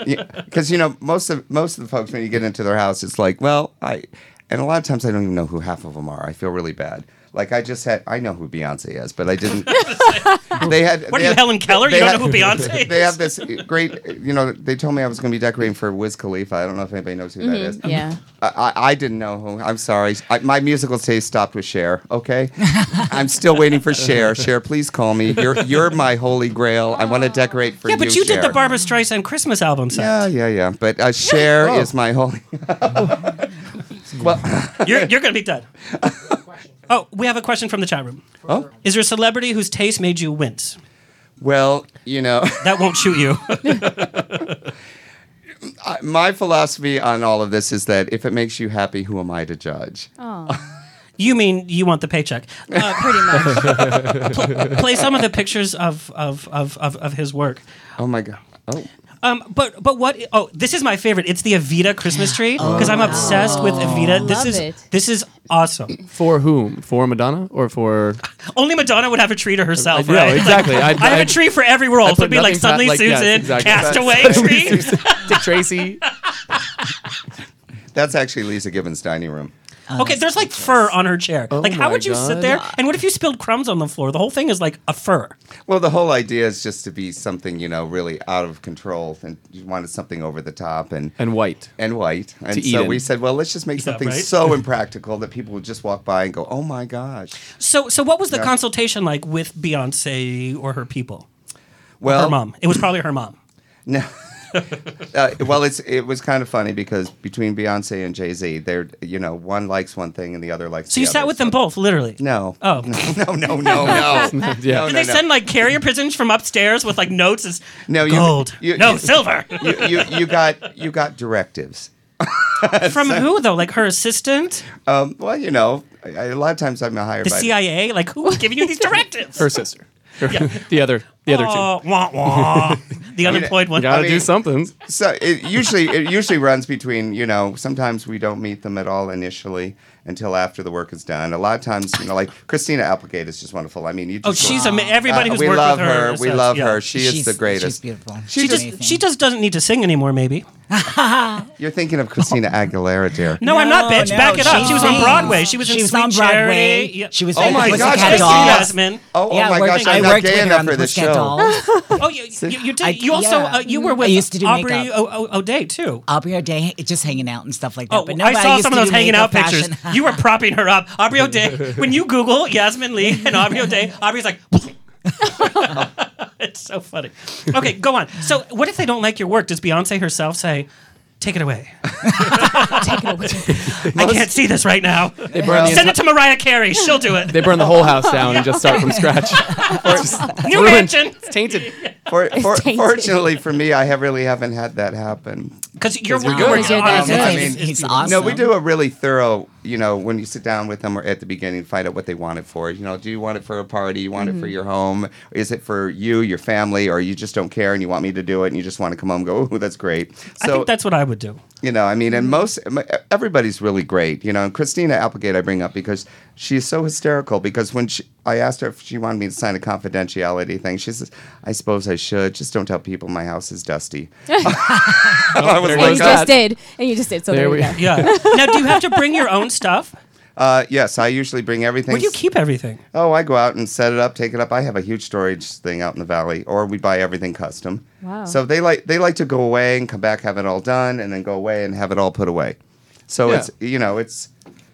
Speaker 3: Because you know, most of most of the folks when you get into their house, it's like, well, I, and a lot of times I don't even know who half of them are. I feel really bad. Like I just had, I know who Beyonce is, but
Speaker 4: (laughs)
Speaker 3: I didn't. (laughs) they had.
Speaker 4: what
Speaker 3: they
Speaker 4: are you,
Speaker 3: had-
Speaker 4: Helen Keller? You
Speaker 3: (laughs) they
Speaker 4: don't
Speaker 3: had-
Speaker 4: know who Beyonce is?
Speaker 3: They have this great, you know. They told me I was going to be decorating for Wiz Khalifa. I don't know if anybody knows who that is.
Speaker 4: Mm-hmm.
Speaker 9: Yeah.
Speaker 3: I, I I didn't know who. I'm sorry. I, my musical taste stopped with Cher. Okay, I'm still waiting for Cher. Cher, please call me. You're you're my holy grail. I want to decorate for
Speaker 4: yeah,
Speaker 3: you.
Speaker 4: but you did
Speaker 3: Cher.
Speaker 4: the Barbara Streisand Christmas album set.
Speaker 3: Yeah, yeah, yeah. But uh, Cher
Speaker 8: Oh.
Speaker 3: is my holy. well,
Speaker 4: (laughs) You're, you're going to be dead. Oh, we have a question from the chat room.
Speaker 3: oh,
Speaker 4: Is there a celebrity whose taste made you wince?
Speaker 3: well, you know. (laughs)
Speaker 4: That won't shoot you. (laughs) Oh.
Speaker 3: my philosophy on all of this is that if it makes you happy, who am I to judge?
Speaker 4: You mean you want the paycheck? Uh, pretty much. Pl- play some of the pictures of of of of, of his work.
Speaker 3: Oh my god. Oh.
Speaker 4: Um, but but what? Oh, this is my favorite. It's the Evita Christmas tree because I'm obsessed with Evita. This
Speaker 8: Love
Speaker 4: is
Speaker 8: it.
Speaker 4: this is awesome.
Speaker 8: For whom? For Madonna or for?
Speaker 4: Only Madonna would have a tree to herself.
Speaker 8: I- yeah,
Speaker 4: right? Like,
Speaker 8: exactly.
Speaker 4: I
Speaker 8: I'd-
Speaker 4: have a
Speaker 8: I'd-
Speaker 4: tree for every role.
Speaker 8: I'd
Speaker 4: So
Speaker 8: put
Speaker 4: it'd be like
Speaker 8: nothing pa-
Speaker 4: suddenly
Speaker 8: like, yes,
Speaker 4: Susan,
Speaker 8: exactly.
Speaker 3: (laughs)
Speaker 4: Castaway
Speaker 8: Suddenly
Speaker 4: tree.
Speaker 8: (laughs) (laughs) Dick Tracy.
Speaker 3: That's actually Lisa Gibbons' dining room.
Speaker 4: okay, there's like fur on her chair. like, how
Speaker 3: Oh my
Speaker 4: would you sit
Speaker 3: God.
Speaker 4: there? And what if you spilled crumbs on the floor? The whole thing is like a fur.
Speaker 3: Well, the whole idea is just to be something, you know, really out of control, and you wanted something over the top and
Speaker 8: and white
Speaker 3: and white. And
Speaker 8: To
Speaker 3: so
Speaker 8: Eden.
Speaker 3: we said, well, let's just make something
Speaker 4: right?
Speaker 3: so impractical that people would just walk by and go, "Oh my gosh."
Speaker 4: So so what was the
Speaker 3: Yeah.
Speaker 4: consultation like with Beyonce or her people?
Speaker 3: Well,
Speaker 4: her mom. It was probably her mom.
Speaker 3: (laughs) No. uh, well, it's it was kind of funny because between Beyonce and Jay Z, they're you know one likes one thing and the other likes.
Speaker 4: So
Speaker 3: the
Speaker 4: you sat
Speaker 3: other,
Speaker 4: with them both, literally.
Speaker 3: No.
Speaker 4: Oh
Speaker 3: (laughs) no no no
Speaker 4: (laughs)
Speaker 3: no. no,
Speaker 8: Yeah.
Speaker 3: no,
Speaker 4: Did they
Speaker 3: no.
Speaker 4: send like carrier pigeons from upstairs with like notes? As,
Speaker 3: no you, (laughs)
Speaker 4: gold? no, silver.
Speaker 3: You, you you got you got directives.
Speaker 4: from who though? Like her assistant,
Speaker 3: Um, well, you know, I, I- a lot of times I'm hired
Speaker 4: the
Speaker 3: by
Speaker 4: CIA. Like who was giving
Speaker 3: (laughs)
Speaker 4: you these directives?
Speaker 8: Her sister. (laughs) the other. The other
Speaker 4: Oh,
Speaker 8: two.
Speaker 4: wah,
Speaker 3: (laughs)
Speaker 4: wah. the
Speaker 3: I mean,
Speaker 4: unemployed one.
Speaker 8: Gotta
Speaker 3: I mean-
Speaker 8: do something.
Speaker 3: So it usually it usually runs between you know sometimes we don't meet them at all initially until after the work is done. A lot of times you know like Christina Applegate is just wonderful. I mean you
Speaker 4: Oh,
Speaker 3: just
Speaker 4: she's ama- everybody who's
Speaker 3: we
Speaker 4: worked with
Speaker 3: love
Speaker 4: her
Speaker 3: her.
Speaker 4: is
Speaker 3: we
Speaker 4: such-
Speaker 3: love
Speaker 4: yeah.
Speaker 3: her. She is
Speaker 11: She's-
Speaker 3: the greatest.
Speaker 11: she's beautiful.
Speaker 3: She
Speaker 4: she
Speaker 3: just-
Speaker 4: just she just doesn't need to sing anymore. Maybe.
Speaker 3: You're thinking of
Speaker 11: (laughs)
Speaker 3: Christina Aguilera, dear.
Speaker 4: No, I'm not, bitch.
Speaker 11: no,
Speaker 4: Back it up.
Speaker 11: she
Speaker 4: She was on
Speaker 11: sings.
Speaker 4: Broadway. She was in
Speaker 11: She was
Speaker 4: Sweet
Speaker 11: on Broadway.
Speaker 4: Charity. Yeah.
Speaker 11: She was
Speaker 3: Oh
Speaker 11: in
Speaker 3: my
Speaker 11: the
Speaker 3: gosh,
Speaker 11: Pussycat
Speaker 3: Christina
Speaker 11: Dolls.
Speaker 4: Yasmin.
Speaker 3: Oh, oh
Speaker 11: yeah,
Speaker 3: my
Speaker 11: worked-
Speaker 3: gosh,
Speaker 11: I
Speaker 3: I'm not
Speaker 11: worked
Speaker 3: gay
Speaker 11: with her
Speaker 3: enough
Speaker 11: on the
Speaker 3: for this
Speaker 11: Pussycat
Speaker 3: show.
Speaker 11: Dolls.
Speaker 4: Oh, you, you, you did.
Speaker 11: I-
Speaker 4: you also
Speaker 11: yeah. Mm-hmm.
Speaker 4: uh, you were
Speaker 11: I
Speaker 4: with
Speaker 11: used to do
Speaker 4: Aubrey
Speaker 11: makeup.
Speaker 4: o- o- O'Day too.
Speaker 11: Aubrey O'Day, just hanging out and stuff like that.
Speaker 4: Oh,
Speaker 11: but
Speaker 4: I
Speaker 11: nobody
Speaker 4: saw
Speaker 11: used
Speaker 4: some of
Speaker 11: to
Speaker 4: those
Speaker 11: do
Speaker 4: hanging out
Speaker 11: makeup
Speaker 4: pictures.
Speaker 11: fashion. (laughs)
Speaker 4: (laughs) you were propping her up, Aubrey O'Day. when you Google Yasmin Lee and
Speaker 11: (laughs)
Speaker 4: Aubrey O'Day, Aubrey's like. (laughs) it's so funny. Okay, go on. So, what if they don't like your work? Does Beyonce herself say, "Take it away"?
Speaker 9: (laughs) Take it away.
Speaker 4: (laughs) I can't see this right now.
Speaker 8: They burn, the,
Speaker 4: Send
Speaker 8: enti-
Speaker 4: it to Mariah Carey. She'll do it.
Speaker 8: they (laughs) burn the whole house down and just
Speaker 4: (laughs)
Speaker 8: start from scratch.
Speaker 4: New
Speaker 8: ruined.
Speaker 4: mansion.
Speaker 8: It's tainted.
Speaker 3: For, for,
Speaker 9: tainted.
Speaker 3: fortunately for me, I have really haven't had that happen.
Speaker 4: Because your
Speaker 8: we're
Speaker 4: work
Speaker 8: good. Um,
Speaker 4: is
Speaker 9: You're good.
Speaker 4: honestly-
Speaker 3: I
Speaker 11: I
Speaker 3: mean,
Speaker 11: mean,
Speaker 4: is- is
Speaker 11: he's
Speaker 4: beautiful.
Speaker 11: awesome.
Speaker 3: No, we do a really thorough, you know, when you sit down with them or at the beginning, find out what they want it for. You know, do you want it for a party? You want it
Speaker 4: Mm-hmm.
Speaker 3: for your home? Is it for you, your family, or you just don't care and you want me to do it and you just want to come home and go, oh, that's great.
Speaker 4: I think Mm-hmm.
Speaker 3: So,
Speaker 4: that's what I would do.
Speaker 3: you know, I mean, and most, m- e, everybody's really great. You know, and Christina Applegate I bring up because she's so hysterical because when she, I asked her if she wanted me to sign a confidentiality thing, she says, I suppose I should. Just don't tell people my house is dusty. I was
Speaker 9: And you
Speaker 3: like,
Speaker 9: just did. And you just did. So
Speaker 8: There
Speaker 9: there,
Speaker 8: we-
Speaker 9: we go.
Speaker 8: (laughs)
Speaker 4: Yeah. now, do you have to bring your own stuff?
Speaker 3: uh, yes, I usually bring everything.
Speaker 4: Where do you keep everything?
Speaker 3: Oh, I go out and set it up, take it up. I have a huge storage thing out in the valley, or we buy everything custom.
Speaker 9: Wow.
Speaker 3: So they like they like to go away and come back, have it all done, and then go away and have it all put away. So
Speaker 8: Yeah.
Speaker 3: it's you know it's,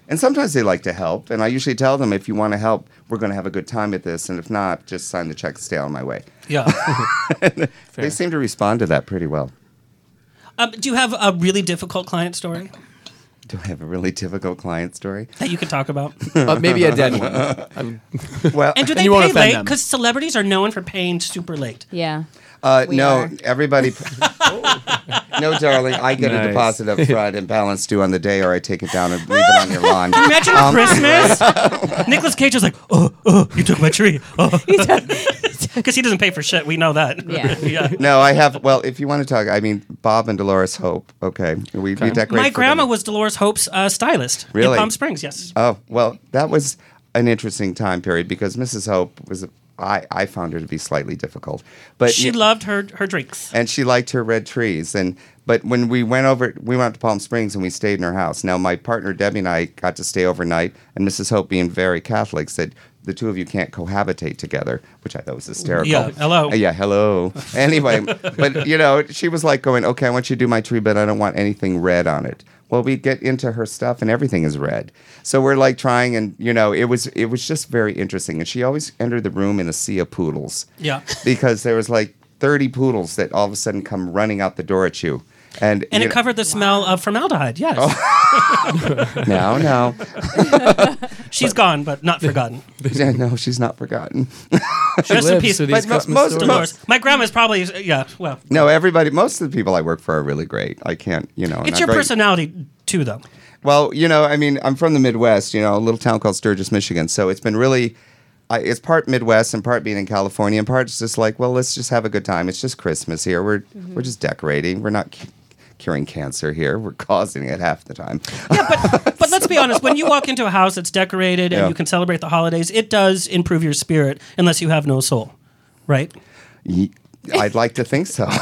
Speaker 3: and sometimes they like to help, and I usually tell them if you want to help, we're going to have a good time at this, and if not, just sign the check, stay on my way.
Speaker 8: (laughs)
Speaker 4: Yeah.
Speaker 3: They seem to respond to that pretty well.
Speaker 4: um, do you have a really difficult client story
Speaker 3: Do I have a really difficult client story?
Speaker 4: that you could talk about?
Speaker 8: Uh, maybe a Um, dead one. I'm-
Speaker 3: Well,
Speaker 4: And do they
Speaker 8: you won't
Speaker 4: pay
Speaker 8: offend
Speaker 4: late?
Speaker 8: them.
Speaker 4: Because celebrities are known for paying super late.
Speaker 9: Yeah. (laughs)
Speaker 3: Uh,
Speaker 9: We
Speaker 3: no,
Speaker 9: are.
Speaker 3: everybody.
Speaker 4: (laughs)
Speaker 3: no, darling, I get
Speaker 8: Nice.
Speaker 3: a deposit up front and balance due on the day, or I take it down and leave it on your lawn.
Speaker 4: (laughs) Imagine Christmas. Nicholas Cage is like, oh, oh, you took my tree. Because he doesn't pay for shit. We know that.
Speaker 9: Yeah.
Speaker 4: (laughs)
Speaker 3: No, I have. Well, if you want to talk, I mean, Bob and Dolores Hope. Okay, we, we decorate.
Speaker 4: My
Speaker 3: for
Speaker 4: grandma
Speaker 3: them.
Speaker 4: was Dolores Hope's uh, stylist
Speaker 3: Really?
Speaker 4: in Palm Springs. Yes.
Speaker 3: Oh well, that was an interesting time period because Mrs. Hope was. I, I found her to be slightly difficult, but
Speaker 4: she
Speaker 3: you-
Speaker 4: loved her her drinks.
Speaker 3: and she liked her red trees. And but when we went over, we went to Palm Springs and we stayed in her house. Now my partner Debbie and I got to stay overnight, and Mrs. Hope, being very Catholic, said the two of you can't cohabitate together, which I thought was hysterical.
Speaker 4: Yeah, hello.
Speaker 3: Uh, yeah,
Speaker 4: (laughs)
Speaker 3: hello. anyway, but you know, she was like going, "Okay, I want you to do my tree, but I don't want anything red on it." Well, we get into her stuff and everything is red. So we're like trying and you know, it was it was just very interesting. And she always entered the room in a sea of poodles (laughs)
Speaker 4: Yeah.
Speaker 3: because there was like 30 poodles that all of a sudden come running out the door at you. And,
Speaker 4: And
Speaker 3: you
Speaker 4: it covered the smell of formaldehyde. Yes.
Speaker 3: No, no. (laughs)
Speaker 4: She's gone, but not forgotten.
Speaker 3: Yeah, no, she's not forgotten.
Speaker 4: Rest in
Speaker 8: lives
Speaker 4: peace,
Speaker 8: through these
Speaker 3: But mo-
Speaker 8: Christmas
Speaker 3: most-
Speaker 8: stories.
Speaker 3: most-
Speaker 4: Dolores. My grandma's probably, yeah, well.
Speaker 3: No, everybody, most of the people I work for are really great. I can't, you know. and
Speaker 4: It's
Speaker 3: I'm
Speaker 4: your
Speaker 3: very-
Speaker 4: personality, too, though.
Speaker 3: Well, you know, I mean, I'm from the Midwest, you know, a little town called Sturgis, Michigan. So it's been really, I, it's part Midwest and part being in California, and part it's just like, well, let's just have a good time. It's just Christmas here. We're
Speaker 4: Mm-hmm.
Speaker 3: we're just decorating. We're not cu- curing cancer here. We're causing it half the time.
Speaker 4: But let's be honest, when you walk into a house that's decorated and
Speaker 3: Yeah.
Speaker 4: you can celebrate the holidays, it does improve your spirit unless you have no soul, right?
Speaker 3: (laughs) Ye- I'd like to think so. (laughs)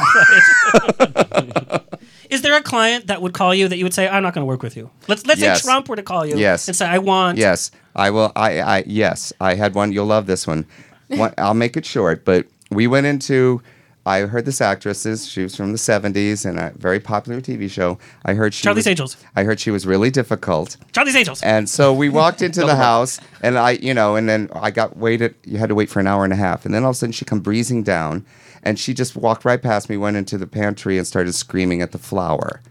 Speaker 4: Is there a client that would call you that you would say, I'm not going to work with you? Let's, let's
Speaker 3: Yes.
Speaker 4: say Trump were to call you
Speaker 3: Yes.
Speaker 4: and say, I want.
Speaker 3: Yes, I will. I, I yes, I had one. You'll love this
Speaker 4: (laughs)
Speaker 3: one. one I'll make it short, but we went into. I heard this actress is she was from the '70s and a very popular TV show. I heard she
Speaker 4: Charlie's
Speaker 3: was,
Speaker 4: Angels.
Speaker 3: I heard she was really difficult.
Speaker 4: Charlie's Angels.
Speaker 3: And so we walked into
Speaker 4: No,
Speaker 3: the
Speaker 4: no.
Speaker 3: house, and I, you know, and then I got waited. You had to wait for an hour and a half, and then all of a sudden she come breezing down, and she just walked right past me, went into the pantry, and started screaming at the flour.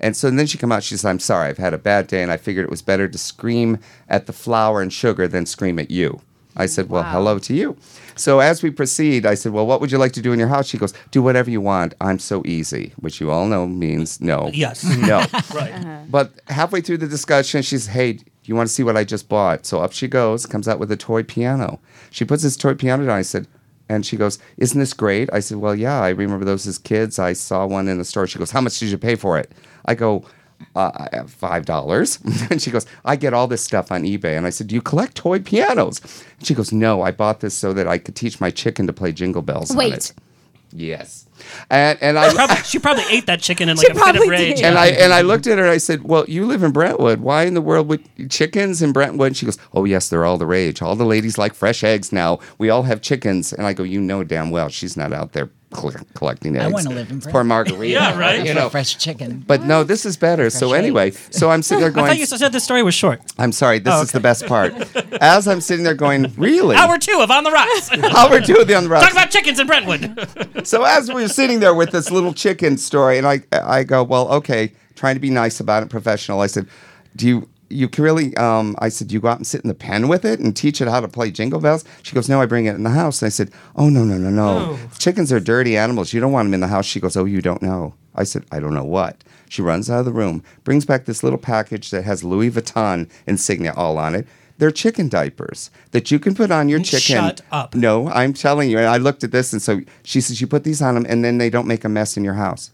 Speaker 3: And so and then she come out. She said, "I'm sorry, I've had a bad day, and I figured it was better to scream at the flour and sugar than scream at you." I said, "Well, hello to you." So as we proceed, I said, "Well, what would you like to do in your house?" She goes, "Do whatever you want. I'm so easy," which you all know means no.
Speaker 4: Yes.
Speaker 3: (laughs) No.
Speaker 4: Right.
Speaker 3: But halfway through the discussion, she's, hey, do you want to see what I just bought? So up she goes, comes out with a toy piano. She puts this toy piano down. I said, and she goes, isn't this great? I said, well, yeah, I remember those as kids. I saw one in the store. She goes, how much did you pay for it? I go, uh, I- five dollars. (laughs) and she goes, I get all this stuff on eBay. And I said, do you collect toy pianos? And she goes, no, I bought this so that I could teach my chicken to play jingle bells on
Speaker 9: Wait.
Speaker 3: it. Yes. And, and I
Speaker 4: Probably, she probably ate that chicken in
Speaker 9: She
Speaker 4: like a fit of
Speaker 9: probably
Speaker 4: rage.
Speaker 9: did.
Speaker 3: and I and I looked at her and I said, "Well, you live in Brentwood. Why in the world would chickens in Brentwood?" And she goes, "Oh yes, they're all the rage. All the ladies like fresh eggs now. We all have chickens." And I go, "You know damn well she's not out there cl- collecting eggs.
Speaker 11: I wanna live in
Speaker 3: It's Poor
Speaker 11: Brentwood.
Speaker 3: Margarita.
Speaker 4: Yeah, right.
Speaker 3: You know,
Speaker 11: fresh chicken.
Speaker 3: but no, this is better. so anyway, so
Speaker 11: (laughs)
Speaker 3: I'm sitting there
Speaker 4: I thought
Speaker 3: going,
Speaker 4: you said this story was short.
Speaker 3: "I'm sorry, this
Speaker 4: Oh,
Speaker 3: is the best part." As I'm sitting there going, "Really?"
Speaker 4: Hour two of On
Speaker 9: (laughs)
Speaker 4: the Rocks.
Speaker 3: Howard do the on the rocks.
Speaker 4: Talk about chickens in
Speaker 3: (laughs)
Speaker 4: Brentwood.
Speaker 3: so as we were sitting there with this little chicken story, and I I go, well, okay, trying to be nice about it, professional. I said, do you you can really? Um, I said, you go out and sit in the pen with it and teach it how to play jingle bells. She goes, no, I bring it in the house. And I said, oh no no no no, chickens are dirty animals. You don't want them in the house. She goes, oh, you don't know. I said, I don't know what. She runs out of the room, brings back this little package that has Louis Vuitton insignia all on it. They're chicken diapers that you can put on your chicken.
Speaker 4: Shut up.
Speaker 3: No, I'm telling you. And I looked at this, and so she says, "You put these on them, and then they don't make a mess in your house."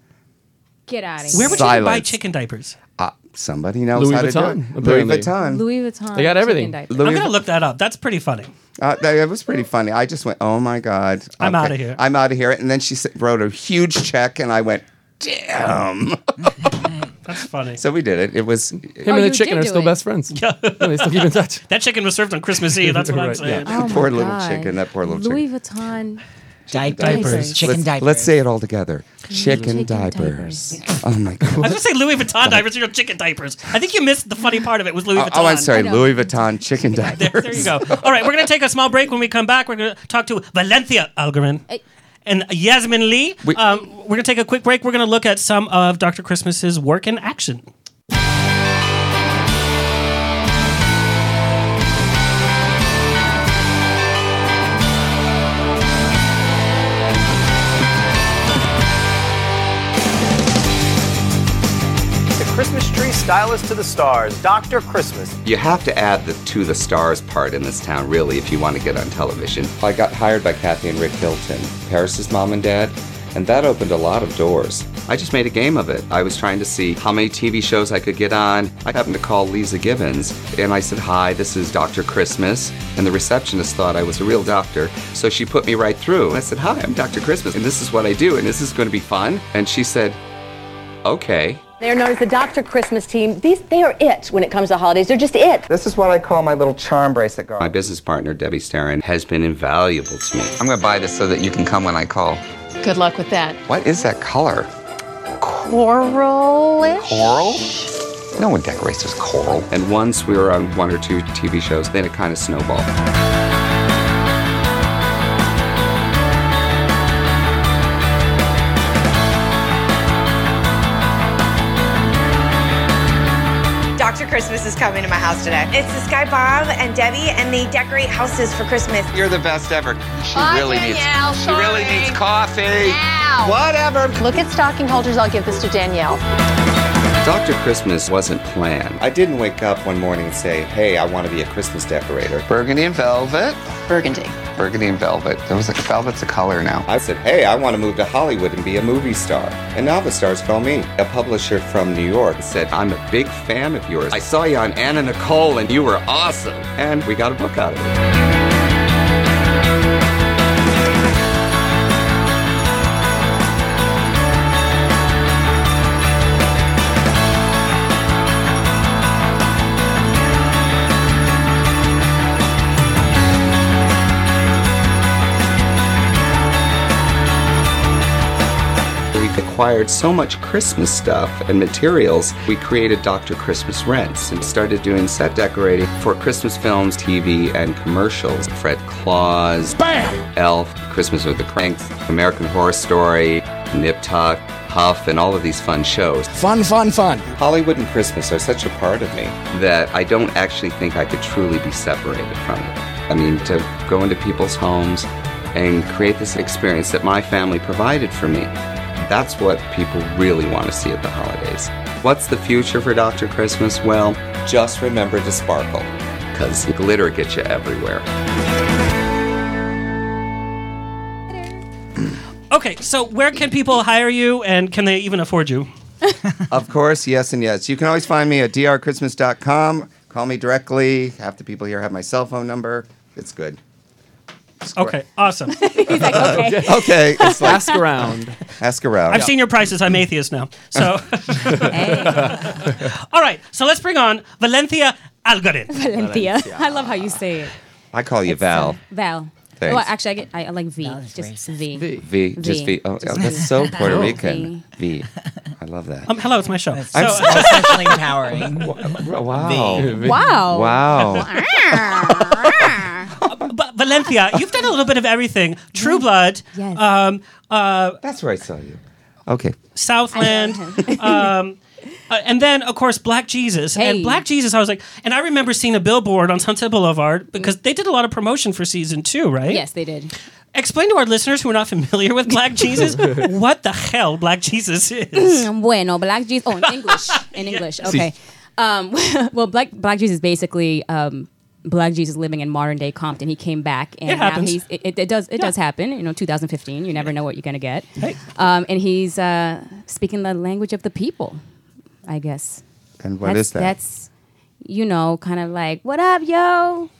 Speaker 9: Get out of here.
Speaker 4: Where would you buy
Speaker 3: Silence.
Speaker 4: chicken diapers?
Speaker 3: Uh, somebody knows
Speaker 8: Louis
Speaker 3: how to do
Speaker 8: Vuitton,
Speaker 3: it.
Speaker 8: apparently.
Speaker 3: Louis Vuitton.
Speaker 9: Louis Vuitton.
Speaker 8: They got everything.
Speaker 9: chicken diaper.
Speaker 3: Louis
Speaker 4: I'm going to look that up. That's pretty funny.
Speaker 3: Uh, that, it was pretty funny. I just went, "Oh my god,
Speaker 4: I'm outta here.
Speaker 3: I'm out of here." And then she s- wrote a huge check, and I went, "Damn!" (laughs)
Speaker 4: That's funny.
Speaker 3: So we did it. It was
Speaker 8: Him
Speaker 9: Oh,
Speaker 8: and the
Speaker 9: you
Speaker 8: chicken
Speaker 9: did
Speaker 8: are
Speaker 9: do
Speaker 8: still
Speaker 9: it.
Speaker 8: best friends. (laughs) Yeah. they still keep in touch.
Speaker 4: that chicken was served on Christmas Eve. That's what I'm
Speaker 8: Right,
Speaker 4: saying.
Speaker 9: Oh my
Speaker 3: (laughs) Poor little
Speaker 9: God.
Speaker 3: chicken, that poor little
Speaker 9: Louis Vuitton.
Speaker 11: Diapers.
Speaker 9: Diapers.
Speaker 11: Chicken
Speaker 3: let's,
Speaker 11: diapers.
Speaker 3: let's say it all together: chicken,
Speaker 9: Chicken
Speaker 3: diapers. Oh my god.
Speaker 4: (laughs) I was going to say Louis Vuitton diapers are your chicken diapers. I think you missed the funny part of it was Louis
Speaker 3: Oh,
Speaker 4: Vuitton.
Speaker 3: oh, I'm sorry,
Speaker 9: know.
Speaker 3: Louis Vuitton chicken diapers.
Speaker 4: There you go.
Speaker 3: (laughs)
Speaker 4: All right, we're going to take a small break. When we come back, we're going to talk to Valencia Algarin
Speaker 9: Hey.
Speaker 4: and Yasmin Lee.
Speaker 3: We-
Speaker 4: um, we're going to take a quick break. We're going to look at some of Dr. Christmas's work in action.
Speaker 12: The (laughs) Christmas tree stylist to the stars, Dr. Christmas.
Speaker 3: You have to add the to the stars part in this town, really, if you want to get on television. I got hired by Kathy and Rick Hilton, Paris's mom and dad, and that opened a lot of doors. I just made a game of it. I was trying to see how many TV shows I could get on. I happened to call Lisa Gibbons, and I said, Hi, this is Dr. Christmas. And the receptionist thought I was a real doctor, so she put me right through. I said, Hi, I'm Dr. Christmas, and this is what I do, and this is going to be fun. And she said, Okay.
Speaker 13: They're known as the Dr. Christmas team. These they are it when it comes to holidays. They're just it.
Speaker 12: This is what I call my little charm bracelet, girl.
Speaker 3: My business partner, Debbie Starin, has been invaluable to me. I'm going to buy this so that you can come when I call.
Speaker 14: Good luck with that.
Speaker 3: What is that color?
Speaker 14: Coralish?
Speaker 3: Coral? No one decorates as coral. And once we were on one or two TV shows, then it kind of snowballed.
Speaker 15: Dr. Christmas is coming to my house today. It's this guy Bob and Debbie, and they decorate houses for Christmas.
Speaker 3: You're the best ever. She
Speaker 14: Bye, really needs- Danielle. she really Sorry. needs
Speaker 3: coffee.
Speaker 14: Ow.
Speaker 3: Whatever.
Speaker 14: Look at stocking holders. I'll give this to Danielle.
Speaker 3: Dr. Christmas wasn't planned. I didn't wake up one morning and say, hey, I want to be a Christmas decorator. Burgundy and velvet.
Speaker 14: Burgundy.
Speaker 3: Burgundy and velvet. There was like velvet's a color now. I said, hey, I want to move to Hollywood and be a movie star. And now the stars call me. A publisher from New York said, I'm a big fan of yours. I saw you on Anna Nicole and you were awesome. And we got a book out of it. We acquired so much Christmas stuff and materials, we created Dr. Christmas Rents and started doing set decorating for Christmas films, TV, and commercials. Fred Claus, Bam! Elf, Christmas with the Cranks, American Horror Story, Nip Tuck, Huff, and all of these fun shows. Fun, fun, fun. Hollywood and Christmas are such a part of me that I don't actually think I could truly be separated from it. I mean, to go into people's homes and create this experience that my family provided for me. That's what people really want to see at the holidays. What's the future for Dr. Christmas? Well, just remember to sparkle, because glitter gets you everywhere.
Speaker 4: Okay, so where can people hire you and can they even afford you?
Speaker 3: of course, yes and yes. You can always find me at drchristmas.com. Call me directly. Half the people here have my cell phone number. It's good.
Speaker 4: Okay,
Speaker 3: (laughs)
Speaker 4: awesome.
Speaker 3: okay. (laughs) It's
Speaker 14: (laughs)
Speaker 3: like,
Speaker 4: Ask around.
Speaker 3: Ask around.
Speaker 4: I've seen your prices. I'm atheist now.
Speaker 3: (laughs)
Speaker 4: So, (laughs)
Speaker 9: Eh,
Speaker 4: all right. So let's bring on Valencia Algarin.
Speaker 9: (laughs) Valencia. I love how you say it.
Speaker 3: I call
Speaker 9: uh,
Speaker 3: you Val.
Speaker 9: Val.
Speaker 3: Thanks.
Speaker 9: Well, actually, I get I, I like V. Just V.
Speaker 3: V, just V. Oh, oh, that's
Speaker 9: (laughs)
Speaker 3: so Puerto
Speaker 9: Cool.
Speaker 3: Rican.
Speaker 9: (laughs)
Speaker 3: V. I love that.
Speaker 4: Um, hello, it's my show.
Speaker 3: I'm
Speaker 4: So-
Speaker 3: so
Speaker 11: socially empowering.
Speaker 3: Wow.
Speaker 4: V.
Speaker 9: Wow. (laughs)
Speaker 3: Wow.
Speaker 4: but
Speaker 9: (laughs)
Speaker 4: Valencia, you've done a little bit of everything.
Speaker 9: Mm-hmm.
Speaker 4: True Blood. Yes. Um, uh,
Speaker 3: That's where I saw you. Okay.
Speaker 16: (laughs)
Speaker 4: Southland, um, uh, and then of course Black Jesus. And Black Jesus, I was like, and I remember seeing a billboard on Sunset Boulevard because they did a lot of promotion for season two, right?
Speaker 9: Yes, they did.
Speaker 4: Explain to our listeners who are not familiar with
Speaker 9: (laughs)
Speaker 4: Black Jesus what the hell Black Jesus is.
Speaker 9: Mm, Um, bueno, Black Jesus. Oh, in English.
Speaker 16: (laughs)
Speaker 9: In English.
Speaker 4: Sí.
Speaker 9: Okay. Um, (laughs) well, Black Black Jesus is basically um, Black Jesus living in modern day Compton. He came back, and
Speaker 16: It
Speaker 9: now
Speaker 16: happens.
Speaker 9: he's it, it, it does it does happen. You know, 2015. You never know what you're gonna get. Um, and he's uh, speaking the language of the people, I guess.
Speaker 3: And
Speaker 9: What
Speaker 3: what
Speaker 9: is
Speaker 3: is that?
Speaker 9: That's you know, kind of like, what up, yo?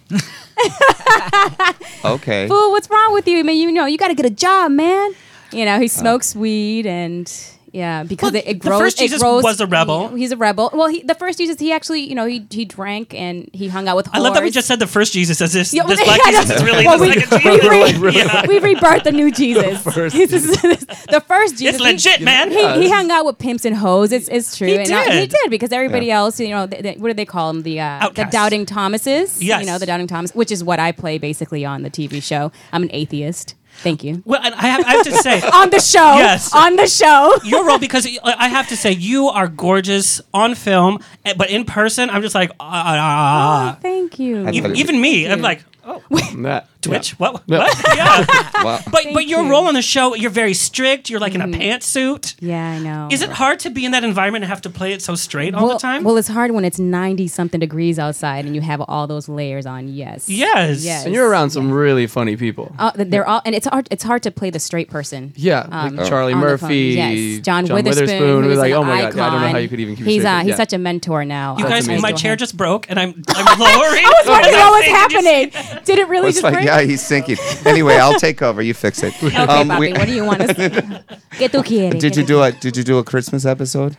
Speaker 3: okay.
Speaker 9: Fool, what's wrong with you? I mean, you know, you got to get a job, man. You know, he smokes weed and yeah, because it, it
Speaker 4: the
Speaker 9: grows.
Speaker 4: first
Speaker 9: it
Speaker 4: Jesus
Speaker 9: grows-
Speaker 4: was a rebel.
Speaker 9: He- he's a rebel. Well, he, the first Jesus, he actually, you know, he he drank and he hung out with. Whores.
Speaker 4: I love that we just said the first Jesus as this,
Speaker 9: Yeah,
Speaker 4: this
Speaker 9: well,
Speaker 4: Black
Speaker 9: (laughs) I know.
Speaker 4: Jesus is really
Speaker 9: Well,
Speaker 4: the
Speaker 9: we- (laughs)
Speaker 4: second
Speaker 9: we
Speaker 4: Jesus.
Speaker 9: re-
Speaker 4: (laughs) Yeah.
Speaker 9: we rebirthed (laughs) the new Jesus. The first Jesus. (laughs) the first Jesus.
Speaker 4: It's legit,
Speaker 9: he,
Speaker 4: man.
Speaker 9: He, he hung out with pimps and hoes. It's, it's true.
Speaker 4: He
Speaker 9: and I- he
Speaker 4: did.
Speaker 9: did because everybody
Speaker 4: Yeah.
Speaker 9: else, you know, th th- what do they call them? The uh, the
Speaker 4: Outcasts.
Speaker 9: doubting Thomases.
Speaker 4: Yes.
Speaker 9: You know, the doubting Thomas, which is what I play basically on the TV show. I'm an atheist. Thank you.
Speaker 4: Well, and I have, I have to
Speaker 9: (laughs)
Speaker 4: say,
Speaker 9: on the show,
Speaker 4: yes,
Speaker 9: on the (laughs) show,
Speaker 4: your role because I- I have to say you are gorgeous on film, eh, but in person, I'm just like, uh, ah,
Speaker 9: Oh, Thank you.
Speaker 4: E- even, me, I'm like,
Speaker 9: Oh.
Speaker 4: oh,
Speaker 8: That.
Speaker 4: Twitch, what,
Speaker 3: (laughs)
Speaker 4: what? Yeah. But but your
Speaker 9: you. Mm-hmm.
Speaker 4: role on the show, you're very strict. You're like in a pantsuit.
Speaker 9: Yeah, I know.
Speaker 4: Is it hard to be in that environment and have to play it so straight all
Speaker 9: well,
Speaker 4: the time?
Speaker 9: Well, it's hard when it's 90 something degrees outside and you have all those layers on. Yes. Yes.
Speaker 8: And you're around some really funny people.
Speaker 9: Oh, th- they're all, and it's hard. It's hard to play the straight person. um,
Speaker 8: Yeah, like
Speaker 9: on
Speaker 8: Charlie
Speaker 9: the
Speaker 8: Murphy,
Speaker 9: phone. yes, John,
Speaker 8: John
Speaker 9: Witherspoon.
Speaker 8: Witherspoon,
Speaker 9: who's
Speaker 8: we're like,
Speaker 9: an
Speaker 8: oh my God, yeah, I don't know
Speaker 9: icon.
Speaker 8: how you could even keep it
Speaker 9: He's
Speaker 8: straight,
Speaker 9: uh,
Speaker 8: but
Speaker 9: he's
Speaker 8: yeah.
Speaker 9: such a mentor now.
Speaker 4: you
Speaker 9: Um,
Speaker 4: guys,
Speaker 9: I
Speaker 4: my
Speaker 9: still
Speaker 4: chair
Speaker 9: have-
Speaker 4: just broke, and I'm I'm lowering.
Speaker 9: (laughs) I was wondering
Speaker 4: I'm
Speaker 9: what was
Speaker 4: saying-
Speaker 9: happening. Did it really
Speaker 3: It's
Speaker 9: just
Speaker 3: like,
Speaker 9: break?
Speaker 3: yeah, he's sinking. Anyway, I'll take over. You fix it.
Speaker 9: (laughs)
Speaker 3: Um,
Speaker 9: Okay, Bobby, what do you want to say?
Speaker 3: (laughs)
Speaker 9: ¿Qué tú quieres?
Speaker 3: Did you do a Did you do a Christmas episode?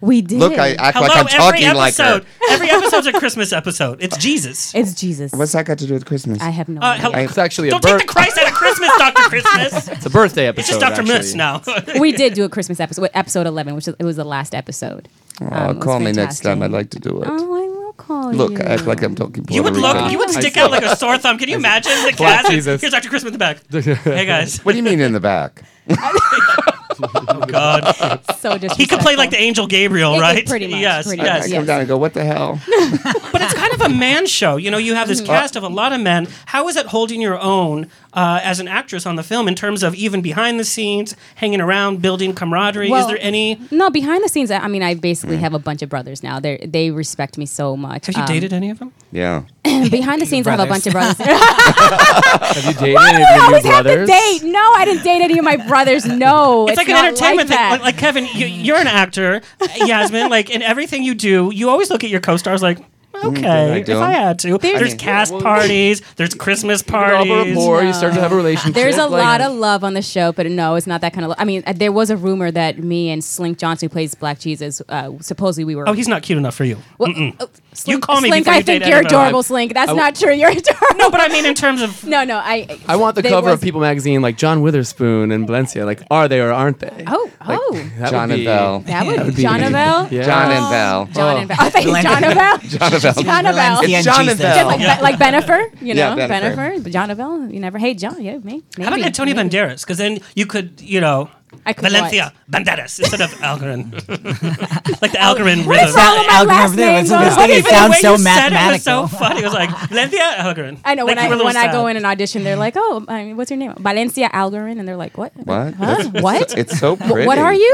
Speaker 9: We did.
Speaker 3: Look, I act
Speaker 4: Hello,
Speaker 3: like I'm talking
Speaker 4: every
Speaker 3: like her.
Speaker 4: episode. every episode's a Christmas episode.
Speaker 9: (laughs)
Speaker 4: It's Jesus.
Speaker 9: It's Jesus.
Speaker 3: What's that got to do with Christmas? I
Speaker 9: have no
Speaker 4: Uh, hello.
Speaker 8: It's actually a
Speaker 4: Don't take
Speaker 8: birth.
Speaker 4: the Christ out of Christmas, Doctor
Speaker 9: (laughs)
Speaker 4: Christmas.
Speaker 8: It's a birthday episode.
Speaker 4: It's just Doctor Miss now.
Speaker 9: we did do a Christmas episode, episode 11, which is, it was the last episode.
Speaker 3: Oh,
Speaker 9: Um, it
Speaker 3: call
Speaker 9: was
Speaker 3: me next
Speaker 9: fantastic.
Speaker 3: time. I'd like to do it.
Speaker 9: Oh, I will call
Speaker 3: Look,
Speaker 9: you.
Speaker 3: I act like I'm talking.
Speaker 4: (laughs) You would
Speaker 3: Puerto
Speaker 4: look.
Speaker 3: Rican.
Speaker 4: You would
Speaker 3: I
Speaker 4: stick
Speaker 3: feel
Speaker 4: out like a sore thumb. Can you imagine the
Speaker 3: (laughs) Black
Speaker 4: cast?
Speaker 3: Jesus.
Speaker 4: Here's Doctor Christmas in the back.
Speaker 3: (laughs)
Speaker 4: Hey guys.
Speaker 3: What do you mean in the back?
Speaker 4: Oh God.
Speaker 9: so
Speaker 4: He could play like the angel Gabriel,
Speaker 9: It- it
Speaker 4: right?
Speaker 9: pretty much,
Speaker 4: Yes.
Speaker 9: pretty
Speaker 4: yes.
Speaker 9: much,
Speaker 3: I come down and go, what the hell?
Speaker 9: Mm-hmm.
Speaker 4: But it's kind of a man show. You know, you have this cast of a lot of men. How is it holding your own uh, as an actress on the film in terms of even behind the scenes, hanging around, building camaraderie?
Speaker 9: Well,
Speaker 4: Is there any?
Speaker 9: No, behind the scenes, I I mean, I basically
Speaker 8: Mm.
Speaker 9: have a bunch of brothers now. They they respect me so much. Um,
Speaker 4: Have you dated any of them?
Speaker 3: (laughs) Yeah.
Speaker 9: behind the scenes, I have a bunch of brothers. (laughs)
Speaker 4: (laughs)
Speaker 8: Have you dated
Speaker 9: Why do
Speaker 8: any
Speaker 9: I
Speaker 8: of your new
Speaker 9: always have to
Speaker 8: brothers?
Speaker 9: date? No, I didn't date any of my brothers. No,
Speaker 4: (laughs) It's, like an
Speaker 9: not
Speaker 4: entertainment
Speaker 9: like that.
Speaker 4: thing. Like, like Kevin, you, you're an actor, Yasmin. Like in everything you do, you always look at your co-stars like.
Speaker 8: Mm, did
Speaker 4: Okay,
Speaker 8: I
Speaker 4: if
Speaker 8: do 'em?
Speaker 4: I had to,
Speaker 8: There's-
Speaker 4: there's,
Speaker 8: I mean-
Speaker 4: cast parties,
Speaker 9: (laughs)
Speaker 4: there's Christmas
Speaker 8: develop
Speaker 4: parties.
Speaker 8: a rapport, you start to have a relationship.
Speaker 9: There's a
Speaker 8: like-
Speaker 9: lot of love on the show, but no, it's not that kind of. Lo- I mean, uh, there was a rumor that me and Slink Johnson, who plays Black Jesus, uh, supposedly we were.
Speaker 4: Oh, he's not cute enough for you.
Speaker 9: Well,
Speaker 4: Mm-mm.
Speaker 9: Slink,
Speaker 4: you call me
Speaker 9: Slink,
Speaker 4: before
Speaker 9: I
Speaker 4: you
Speaker 9: think
Speaker 4: date
Speaker 9: you're
Speaker 4: anyone.
Speaker 9: adorable, Slink. That's
Speaker 8: I w-
Speaker 9: not true. You're (laughs) adorable.
Speaker 4: No, but I mean in
Speaker 9: (laughs)
Speaker 4: terms of.
Speaker 9: No, no. I.
Speaker 8: I want the
Speaker 9: they
Speaker 8: cover
Speaker 9: was-
Speaker 8: of People magazine like John Witherspoon and Valencia. Like, are they or aren't they?
Speaker 9: Oh, oh.
Speaker 8: That
Speaker 3: John
Speaker 8: would
Speaker 3: and
Speaker 8: be-
Speaker 3: Val.
Speaker 9: That would- John and Val? (laughs)
Speaker 3: John and Val.
Speaker 9: John and Val.
Speaker 4: Oh.
Speaker 9: I think John and Val.
Speaker 3: (laughs) John and Val.
Speaker 9: John and Val.
Speaker 3: It's John and
Speaker 9: Just like,
Speaker 3: Val.
Speaker 9: like Benifer, you
Speaker 4: Yeah,
Speaker 9: know,
Speaker 4: Bennifer.
Speaker 9: Benifer, John Avell. You never hate John, yeah, me. Maybe.
Speaker 4: How about Antonio Banderas? Because then you could, you know,
Speaker 9: I could
Speaker 4: Valencia Banderas instead of
Speaker 9: (laughs)
Speaker 4: Algarin, like the Algarin
Speaker 9: What is
Speaker 4: rhythm.
Speaker 9: wrong with my Algarin last rhythm, name, it's- though? it's
Speaker 4: But
Speaker 9: gonna
Speaker 4: even the
Speaker 9: sound so
Speaker 4: way you said it was
Speaker 9: mathematical.
Speaker 4: so funny. It was like Valencia Algarin.
Speaker 9: I know
Speaker 4: Like,
Speaker 9: when
Speaker 4: you
Speaker 9: I
Speaker 4: were a little
Speaker 9: when I go
Speaker 4: sad.
Speaker 9: in and audition, they're like, "Oh, I mean, what's your name? Valencia Algarin," and they're like, "What?
Speaker 3: What?
Speaker 9: Huh?
Speaker 3: That's-
Speaker 9: What?
Speaker 3: It's so
Speaker 9: Wh-
Speaker 3: (laughs) pretty.
Speaker 9: What are you?"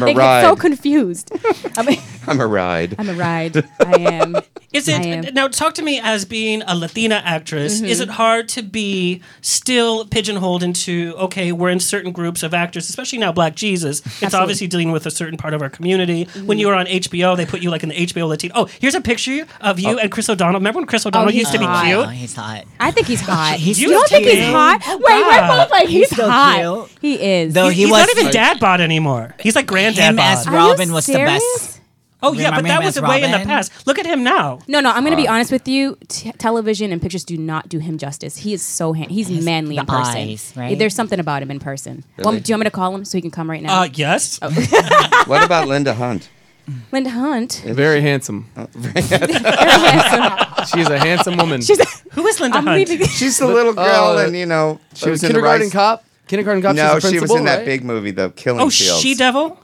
Speaker 9: (laughs) they
Speaker 3: a
Speaker 9: get so
Speaker 3: ride.
Speaker 9: confused. (laughs) I mean,
Speaker 3: I'm a ride.
Speaker 9: I'm a ride. I am.
Speaker 4: Is
Speaker 9: I am.
Speaker 4: it now? Talk to me as being a Latina actress.
Speaker 9: Mhm.
Speaker 4: Is it hard to be still pigeonholed into okay? We're in certain groups of actors, especially now. Black Jesus. It's
Speaker 16: Absolutely.
Speaker 4: obviously dealing with a certain part of our community.
Speaker 9: Mm-hmm.
Speaker 4: When you were on HBO, they put you like in the HBO Latino. Oh, here's a picture of
Speaker 11: Oh.
Speaker 4: you and Chris O'Donnell. Remember when Chris O'Donnell
Speaker 9: he's
Speaker 4: used to be
Speaker 9: hot.
Speaker 4: cute?
Speaker 9: Oh,
Speaker 11: he's hot.
Speaker 9: I think he's hot.
Speaker 4: (laughs) He's
Speaker 9: you
Speaker 4: still
Speaker 9: don't think he's
Speaker 4: cute.
Speaker 9: hot?
Speaker 4: Oh,
Speaker 9: Wait, we're
Speaker 4: God.
Speaker 9: both like
Speaker 4: He's
Speaker 9: he's,
Speaker 4: still
Speaker 9: hot. He is.
Speaker 11: Though Oh, he
Speaker 4: he's
Speaker 11: was-
Speaker 4: not even dad bod anymore. He's like granddad
Speaker 11: Him
Speaker 4: bod.
Speaker 11: as Are you Robin was the best. serious?
Speaker 4: Oh yeah,
Speaker 11: Remember
Speaker 4: but that
Speaker 11: him
Speaker 4: was
Speaker 11: as
Speaker 4: the way in the
Speaker 11: Robin?
Speaker 4: past. Look at him now.
Speaker 9: No, no. I'm going to be
Speaker 4: Uh.
Speaker 9: honest with you. T- television and pictures do not do him justice. He is so hand- he's manly in
Speaker 11: the
Speaker 9: person.
Speaker 11: eyes, right?
Speaker 9: There's something about him in person.
Speaker 3: Really?
Speaker 9: Well, do you want me to call him so he can come right now?
Speaker 4: Uh, yes.
Speaker 9: Oh.
Speaker 3: what about Linda Hunt?
Speaker 9: Linda
Speaker 8: (laughs)
Speaker 9: Hunt.
Speaker 8: Very handsome. She's a handsome
Speaker 9: (laughs)
Speaker 8: woman.
Speaker 9: She's
Speaker 4: (laughs) Who is Linda
Speaker 9: I'm Hunt? leaving.
Speaker 3: She's the little girl,
Speaker 8: uh,
Speaker 3: and you know she
Speaker 8: uh,
Speaker 3: was in the
Speaker 8: kindergarten
Speaker 3: Rice-
Speaker 8: cop. Kindergarten cop.
Speaker 3: No,
Speaker 8: she's the
Speaker 3: she was
Speaker 8: principal,
Speaker 3: in that
Speaker 8: right?
Speaker 3: big movie, The Killing
Speaker 4: Oh,
Speaker 3: Fields.
Speaker 4: she devil.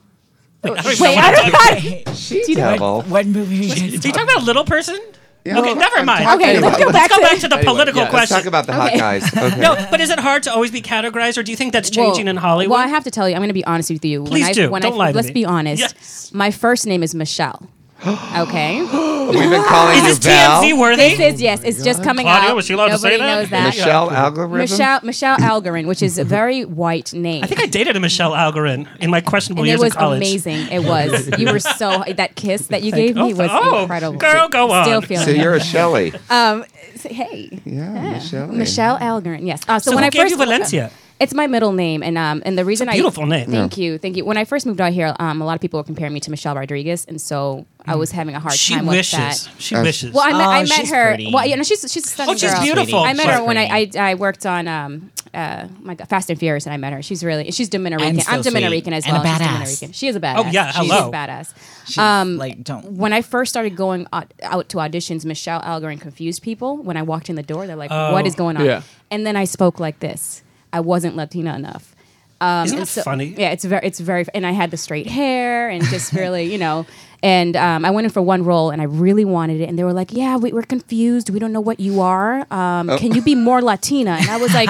Speaker 9: Wait, I don't know.
Speaker 3: She devil.
Speaker 11: What movie? Are you
Speaker 4: talking about Little Person?
Speaker 3: Yeah.
Speaker 4: okay, never
Speaker 3: I'm
Speaker 4: mind.
Speaker 3: talking Okay,
Speaker 4: let's
Speaker 3: about-
Speaker 4: go
Speaker 3: let's
Speaker 4: back,
Speaker 3: go back
Speaker 4: to the
Speaker 3: Anyway,
Speaker 4: political
Speaker 3: yeah, let's
Speaker 4: question.
Speaker 3: talk about the hot Okay. (laughs) guys. Okay.
Speaker 4: No, but is it hard to always be categorized, or do you think that's changing
Speaker 9: well,
Speaker 4: in Hollywood?
Speaker 9: Well, I have to tell you, I'm going to be honest with you.
Speaker 4: Please
Speaker 9: when I,
Speaker 4: do.
Speaker 9: When
Speaker 4: Don't
Speaker 9: I,
Speaker 4: lie to
Speaker 9: Let's
Speaker 4: me.
Speaker 9: be honest. My first name is Michelle. Okay.
Speaker 3: We've been calling you
Speaker 4: Is this
Speaker 3: Val.
Speaker 4: TMZ worthy?
Speaker 9: This is yes. It's just coming
Speaker 4: Claudia,
Speaker 9: out.
Speaker 4: was she allowed to say
Speaker 9: Nobody
Speaker 4: that?
Speaker 9: knows that.
Speaker 3: Michelle Algorithm.
Speaker 9: Michelle Michelle Algarin, which is a very white name.
Speaker 4: I think I dated a Michelle Algorin in my questionable
Speaker 9: and it
Speaker 4: years
Speaker 9: was
Speaker 4: in college.
Speaker 9: amazing.
Speaker 4: (laughs)
Speaker 9: It was. You were so that kiss that you gave
Speaker 4: Thank-
Speaker 9: me
Speaker 4: oh,
Speaker 9: was
Speaker 4: oh,
Speaker 9: incredible.
Speaker 4: girl, go on.
Speaker 9: Still feeling
Speaker 3: So
Speaker 9: it.
Speaker 3: you're a Shelley.
Speaker 9: Um, so- hey,
Speaker 3: (laughs) Yeah, Michelle.
Speaker 9: Michelle Algarin. Yes. Uh, so,
Speaker 4: So
Speaker 9: when
Speaker 4: who
Speaker 9: I
Speaker 4: gave
Speaker 9: first Uh,
Speaker 4: you Valencia?
Speaker 9: It's my middle name, and um, and the reason
Speaker 4: It's a beautiful
Speaker 9: I
Speaker 4: name.
Speaker 9: Thank you, thank you. When I first moved out here, um, a lot of people were comparing me to Michelle Rodriguez, and so I was having a hard
Speaker 4: Mm. She
Speaker 9: time
Speaker 4: wishes.
Speaker 9: with that.
Speaker 4: She wishes.
Speaker 9: Well, I met, I
Speaker 4: Oh,
Speaker 9: met
Speaker 4: she's
Speaker 9: her.
Speaker 4: pretty.
Speaker 9: Well, you know, she's she's a stunning
Speaker 4: Oh, she's
Speaker 9: girl.
Speaker 4: beautiful.
Speaker 9: I met
Speaker 4: She's
Speaker 9: her when I, I I worked on um uh my God, Fast and Furious, and I met her. She's really she's Dominican.
Speaker 11: And so
Speaker 9: I'm Dominican
Speaker 11: sweet.
Speaker 9: as
Speaker 11: And a
Speaker 9: well. She's
Speaker 11: badass.
Speaker 9: Dominican. She is a badass.
Speaker 11: Oh, yeah,
Speaker 9: she's
Speaker 11: hello.
Speaker 9: badass.
Speaker 11: She's, like, don't-
Speaker 9: When I first started going out, out to auditions, Michelle Algarin confused people. When I walked in the door, they're like,
Speaker 4: Oh.
Speaker 9: "What is going on?"
Speaker 4: Yeah.
Speaker 9: And then I spoke like this. I wasn't Latina enough. Um,
Speaker 4: Isn't
Speaker 9: and
Speaker 4: that funny?
Speaker 9: Yeah, it's very, it's very, and I had the straight hair and just really, you know, and um, I went in for one role and I really wanted it, and they were like, "Yeah, we, we're confused. We don't know what you are. Um,
Speaker 4: Oh.
Speaker 9: Can you be more Latina?" And I was like,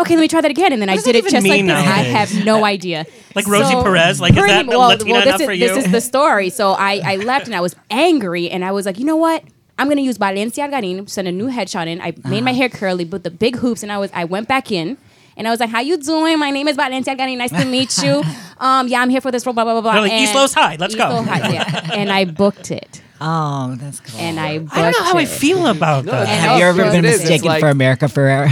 Speaker 9: "Okay, let me try that again." And then I
Speaker 4: that
Speaker 9: did it
Speaker 4: even
Speaker 9: just like
Speaker 4: mean
Speaker 9: this. I
Speaker 4: nowadays?
Speaker 9: have no idea.
Speaker 4: Like Rosie Perez? Like, is
Speaker 9: pretty-
Speaker 4: that Latina
Speaker 9: this
Speaker 4: enough
Speaker 9: is,
Speaker 4: for you?
Speaker 9: This is the story. So I, I left and I was angry and I was like, you know what? I'm gonna use Valencia Algarin, send a new headshot in. I made
Speaker 4: Uh-huh.
Speaker 9: my hair curly, but the big hoops, and I was I went back in and I was like, How you doing? My name is Valencia Algarin, nice
Speaker 4: (laughs)
Speaker 9: to meet you. Um, yeah, I'm here for this role, blah blah blah blah.
Speaker 4: They're like,
Speaker 9: And-
Speaker 4: East Los High, let's go.
Speaker 9: Los High,
Speaker 4: (laughs)
Speaker 9: yeah. And I booked it.
Speaker 11: Oh, that's cool.
Speaker 9: And I booked
Speaker 4: I don't know how I
Speaker 9: it.
Speaker 4: feel about that.
Speaker 9: And
Speaker 11: Have you ever
Speaker 9: also-
Speaker 11: been
Speaker 9: It is, it's
Speaker 11: mistaken
Speaker 9: like-
Speaker 11: for America
Speaker 4: (laughs)
Speaker 11: (laughs) Ferrera?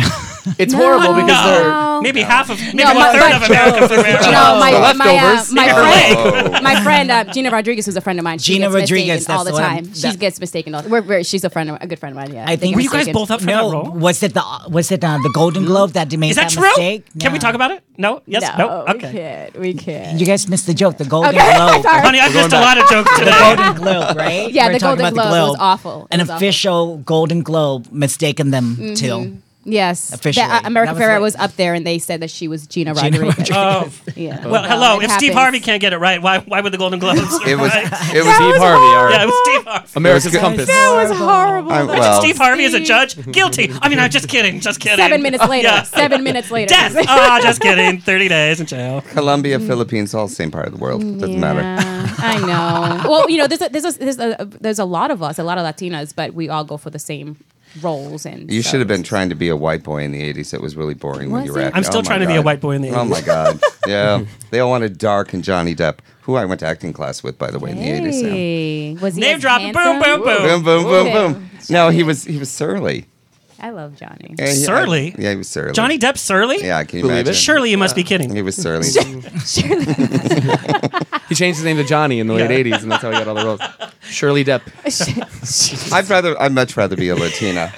Speaker 8: It's
Speaker 9: horrible because
Speaker 4: No.
Speaker 9: they're-
Speaker 4: maybe half of maybe
Speaker 9: No,
Speaker 4: one
Speaker 9: my-
Speaker 4: third
Speaker 9: my-
Speaker 4: of America for rare.
Speaker 9: No, my
Speaker 11: The
Speaker 9: my uh,
Speaker 11: leftovers.
Speaker 9: my
Speaker 11: Oh.
Speaker 9: friend, my friend uh, Gina Rodriguez, who's a friend of mine. She
Speaker 11: Gina
Speaker 9: gets mistaken
Speaker 11: Rodriguez,
Speaker 9: all the
Speaker 11: that's the one
Speaker 9: time.
Speaker 11: I'm-
Speaker 9: she
Speaker 11: that-
Speaker 9: gets mistaken. All, we're, we're, she's a friend, of, a good friend of mine. Yeah,
Speaker 11: I think
Speaker 9: I'm mistaken.
Speaker 11: no, Was it the was it uh, the Golden Globe that made
Speaker 4: Is that true?
Speaker 11: mistake?
Speaker 4: Can we talk about it? No. Yes.
Speaker 11: No,
Speaker 4: No.
Speaker 11: we
Speaker 4: Okay.
Speaker 9: can't. We can't.
Speaker 11: You guys missed the joke. The
Speaker 9: (laughs)
Speaker 11: Golden
Speaker 4: Okay,
Speaker 11: Globe.
Speaker 4: sorry. Honey, I We're missed going a lot back. of jokes
Speaker 11: The
Speaker 4: today.
Speaker 11: Golden Globe, right?
Speaker 9: Yeah, the
Speaker 11: talking
Speaker 9: Golden
Speaker 11: about
Speaker 9: Globe was awful. It
Speaker 11: An
Speaker 9: was awful.
Speaker 11: official Golden Globe mistaken them
Speaker 9: Mhm.
Speaker 11: too.
Speaker 9: Yes,
Speaker 11: Officially.
Speaker 9: That, uh, America
Speaker 11: That was
Speaker 9: Ferrera
Speaker 11: like-
Speaker 9: was up there, and they said that she was Gina
Speaker 11: Gina
Speaker 9: Rodriguez.
Speaker 4: Oh.
Speaker 9: yeah.
Speaker 4: Well, hello. If
Speaker 9: it
Speaker 4: Steve
Speaker 9: happens.
Speaker 4: Harvey can't get it right, why why would the Golden Globes?
Speaker 3: (laughs) It
Speaker 4: (laughs)
Speaker 3: was-
Speaker 4: right?
Speaker 3: it was That Steve was Harvey, all right.
Speaker 4: Yeah, it was Steve Harvey.
Speaker 8: America's
Speaker 3: That was
Speaker 8: Compass.
Speaker 9: That was horrible.
Speaker 3: I-
Speaker 4: Imagine
Speaker 3: well-
Speaker 4: Steve Harvey is a judge. Guilty. I mean, I'm just kidding. Just kidding.
Speaker 9: Seven minutes
Speaker 4: Oh,
Speaker 9: later.
Speaker 4: (laughs) yeah.
Speaker 9: Seven minutes later. (laughs)
Speaker 4: Death. Ah, just kidding. Thirty days in jail.
Speaker 3: Colombia, Philippines, all the same part of the world. Doesn't matter.
Speaker 9: Mm. Yeah, I know. Well, you know, there's a, there's a, there's a there's a lot of us, a lot of Latinas, but we all go for the same roles and
Speaker 3: You
Speaker 9: so-
Speaker 3: should have been trying to be a white boy in the 80s. It was really boring when
Speaker 9: Was
Speaker 3: you were
Speaker 9: it?
Speaker 3: acting.
Speaker 4: I'm still
Speaker 3: Oh my
Speaker 4: trying to be a
Speaker 3: God.
Speaker 4: white boy in the
Speaker 3: Oh
Speaker 4: 80s.
Speaker 3: my
Speaker 4: (laughs)
Speaker 3: God. Yeah. they all wanted Dark and Johnny Depp, who I went to acting class with, by the way, in the 80s. yeah.
Speaker 9: Hey, was he
Speaker 4: Name
Speaker 9: as
Speaker 4: drop.
Speaker 9: handsome?
Speaker 4: Boom, boom, boom.
Speaker 3: Boom, boom, boom,
Speaker 9: Okay.
Speaker 3: boom. No, he was he was surly.
Speaker 9: I love
Speaker 3: (laughs)
Speaker 9: Johnny. (laughs)
Speaker 3: Yeah, he- I-
Speaker 4: Surly?
Speaker 3: yeah, he was surly.
Speaker 4: Johnny Depp Surly?
Speaker 3: Yeah, can you
Speaker 8: Believe it?
Speaker 3: imagine?
Speaker 4: Surely you must be kidding.
Speaker 3: He was
Speaker 9: (laughs)
Speaker 3: surly.
Speaker 8: He changed his name to Johnny in the late
Speaker 4: Yeah.
Speaker 8: '80s, and that's how he got all the roles. Shirley Depp.
Speaker 3: I'd rather I'd much rather be a Latina.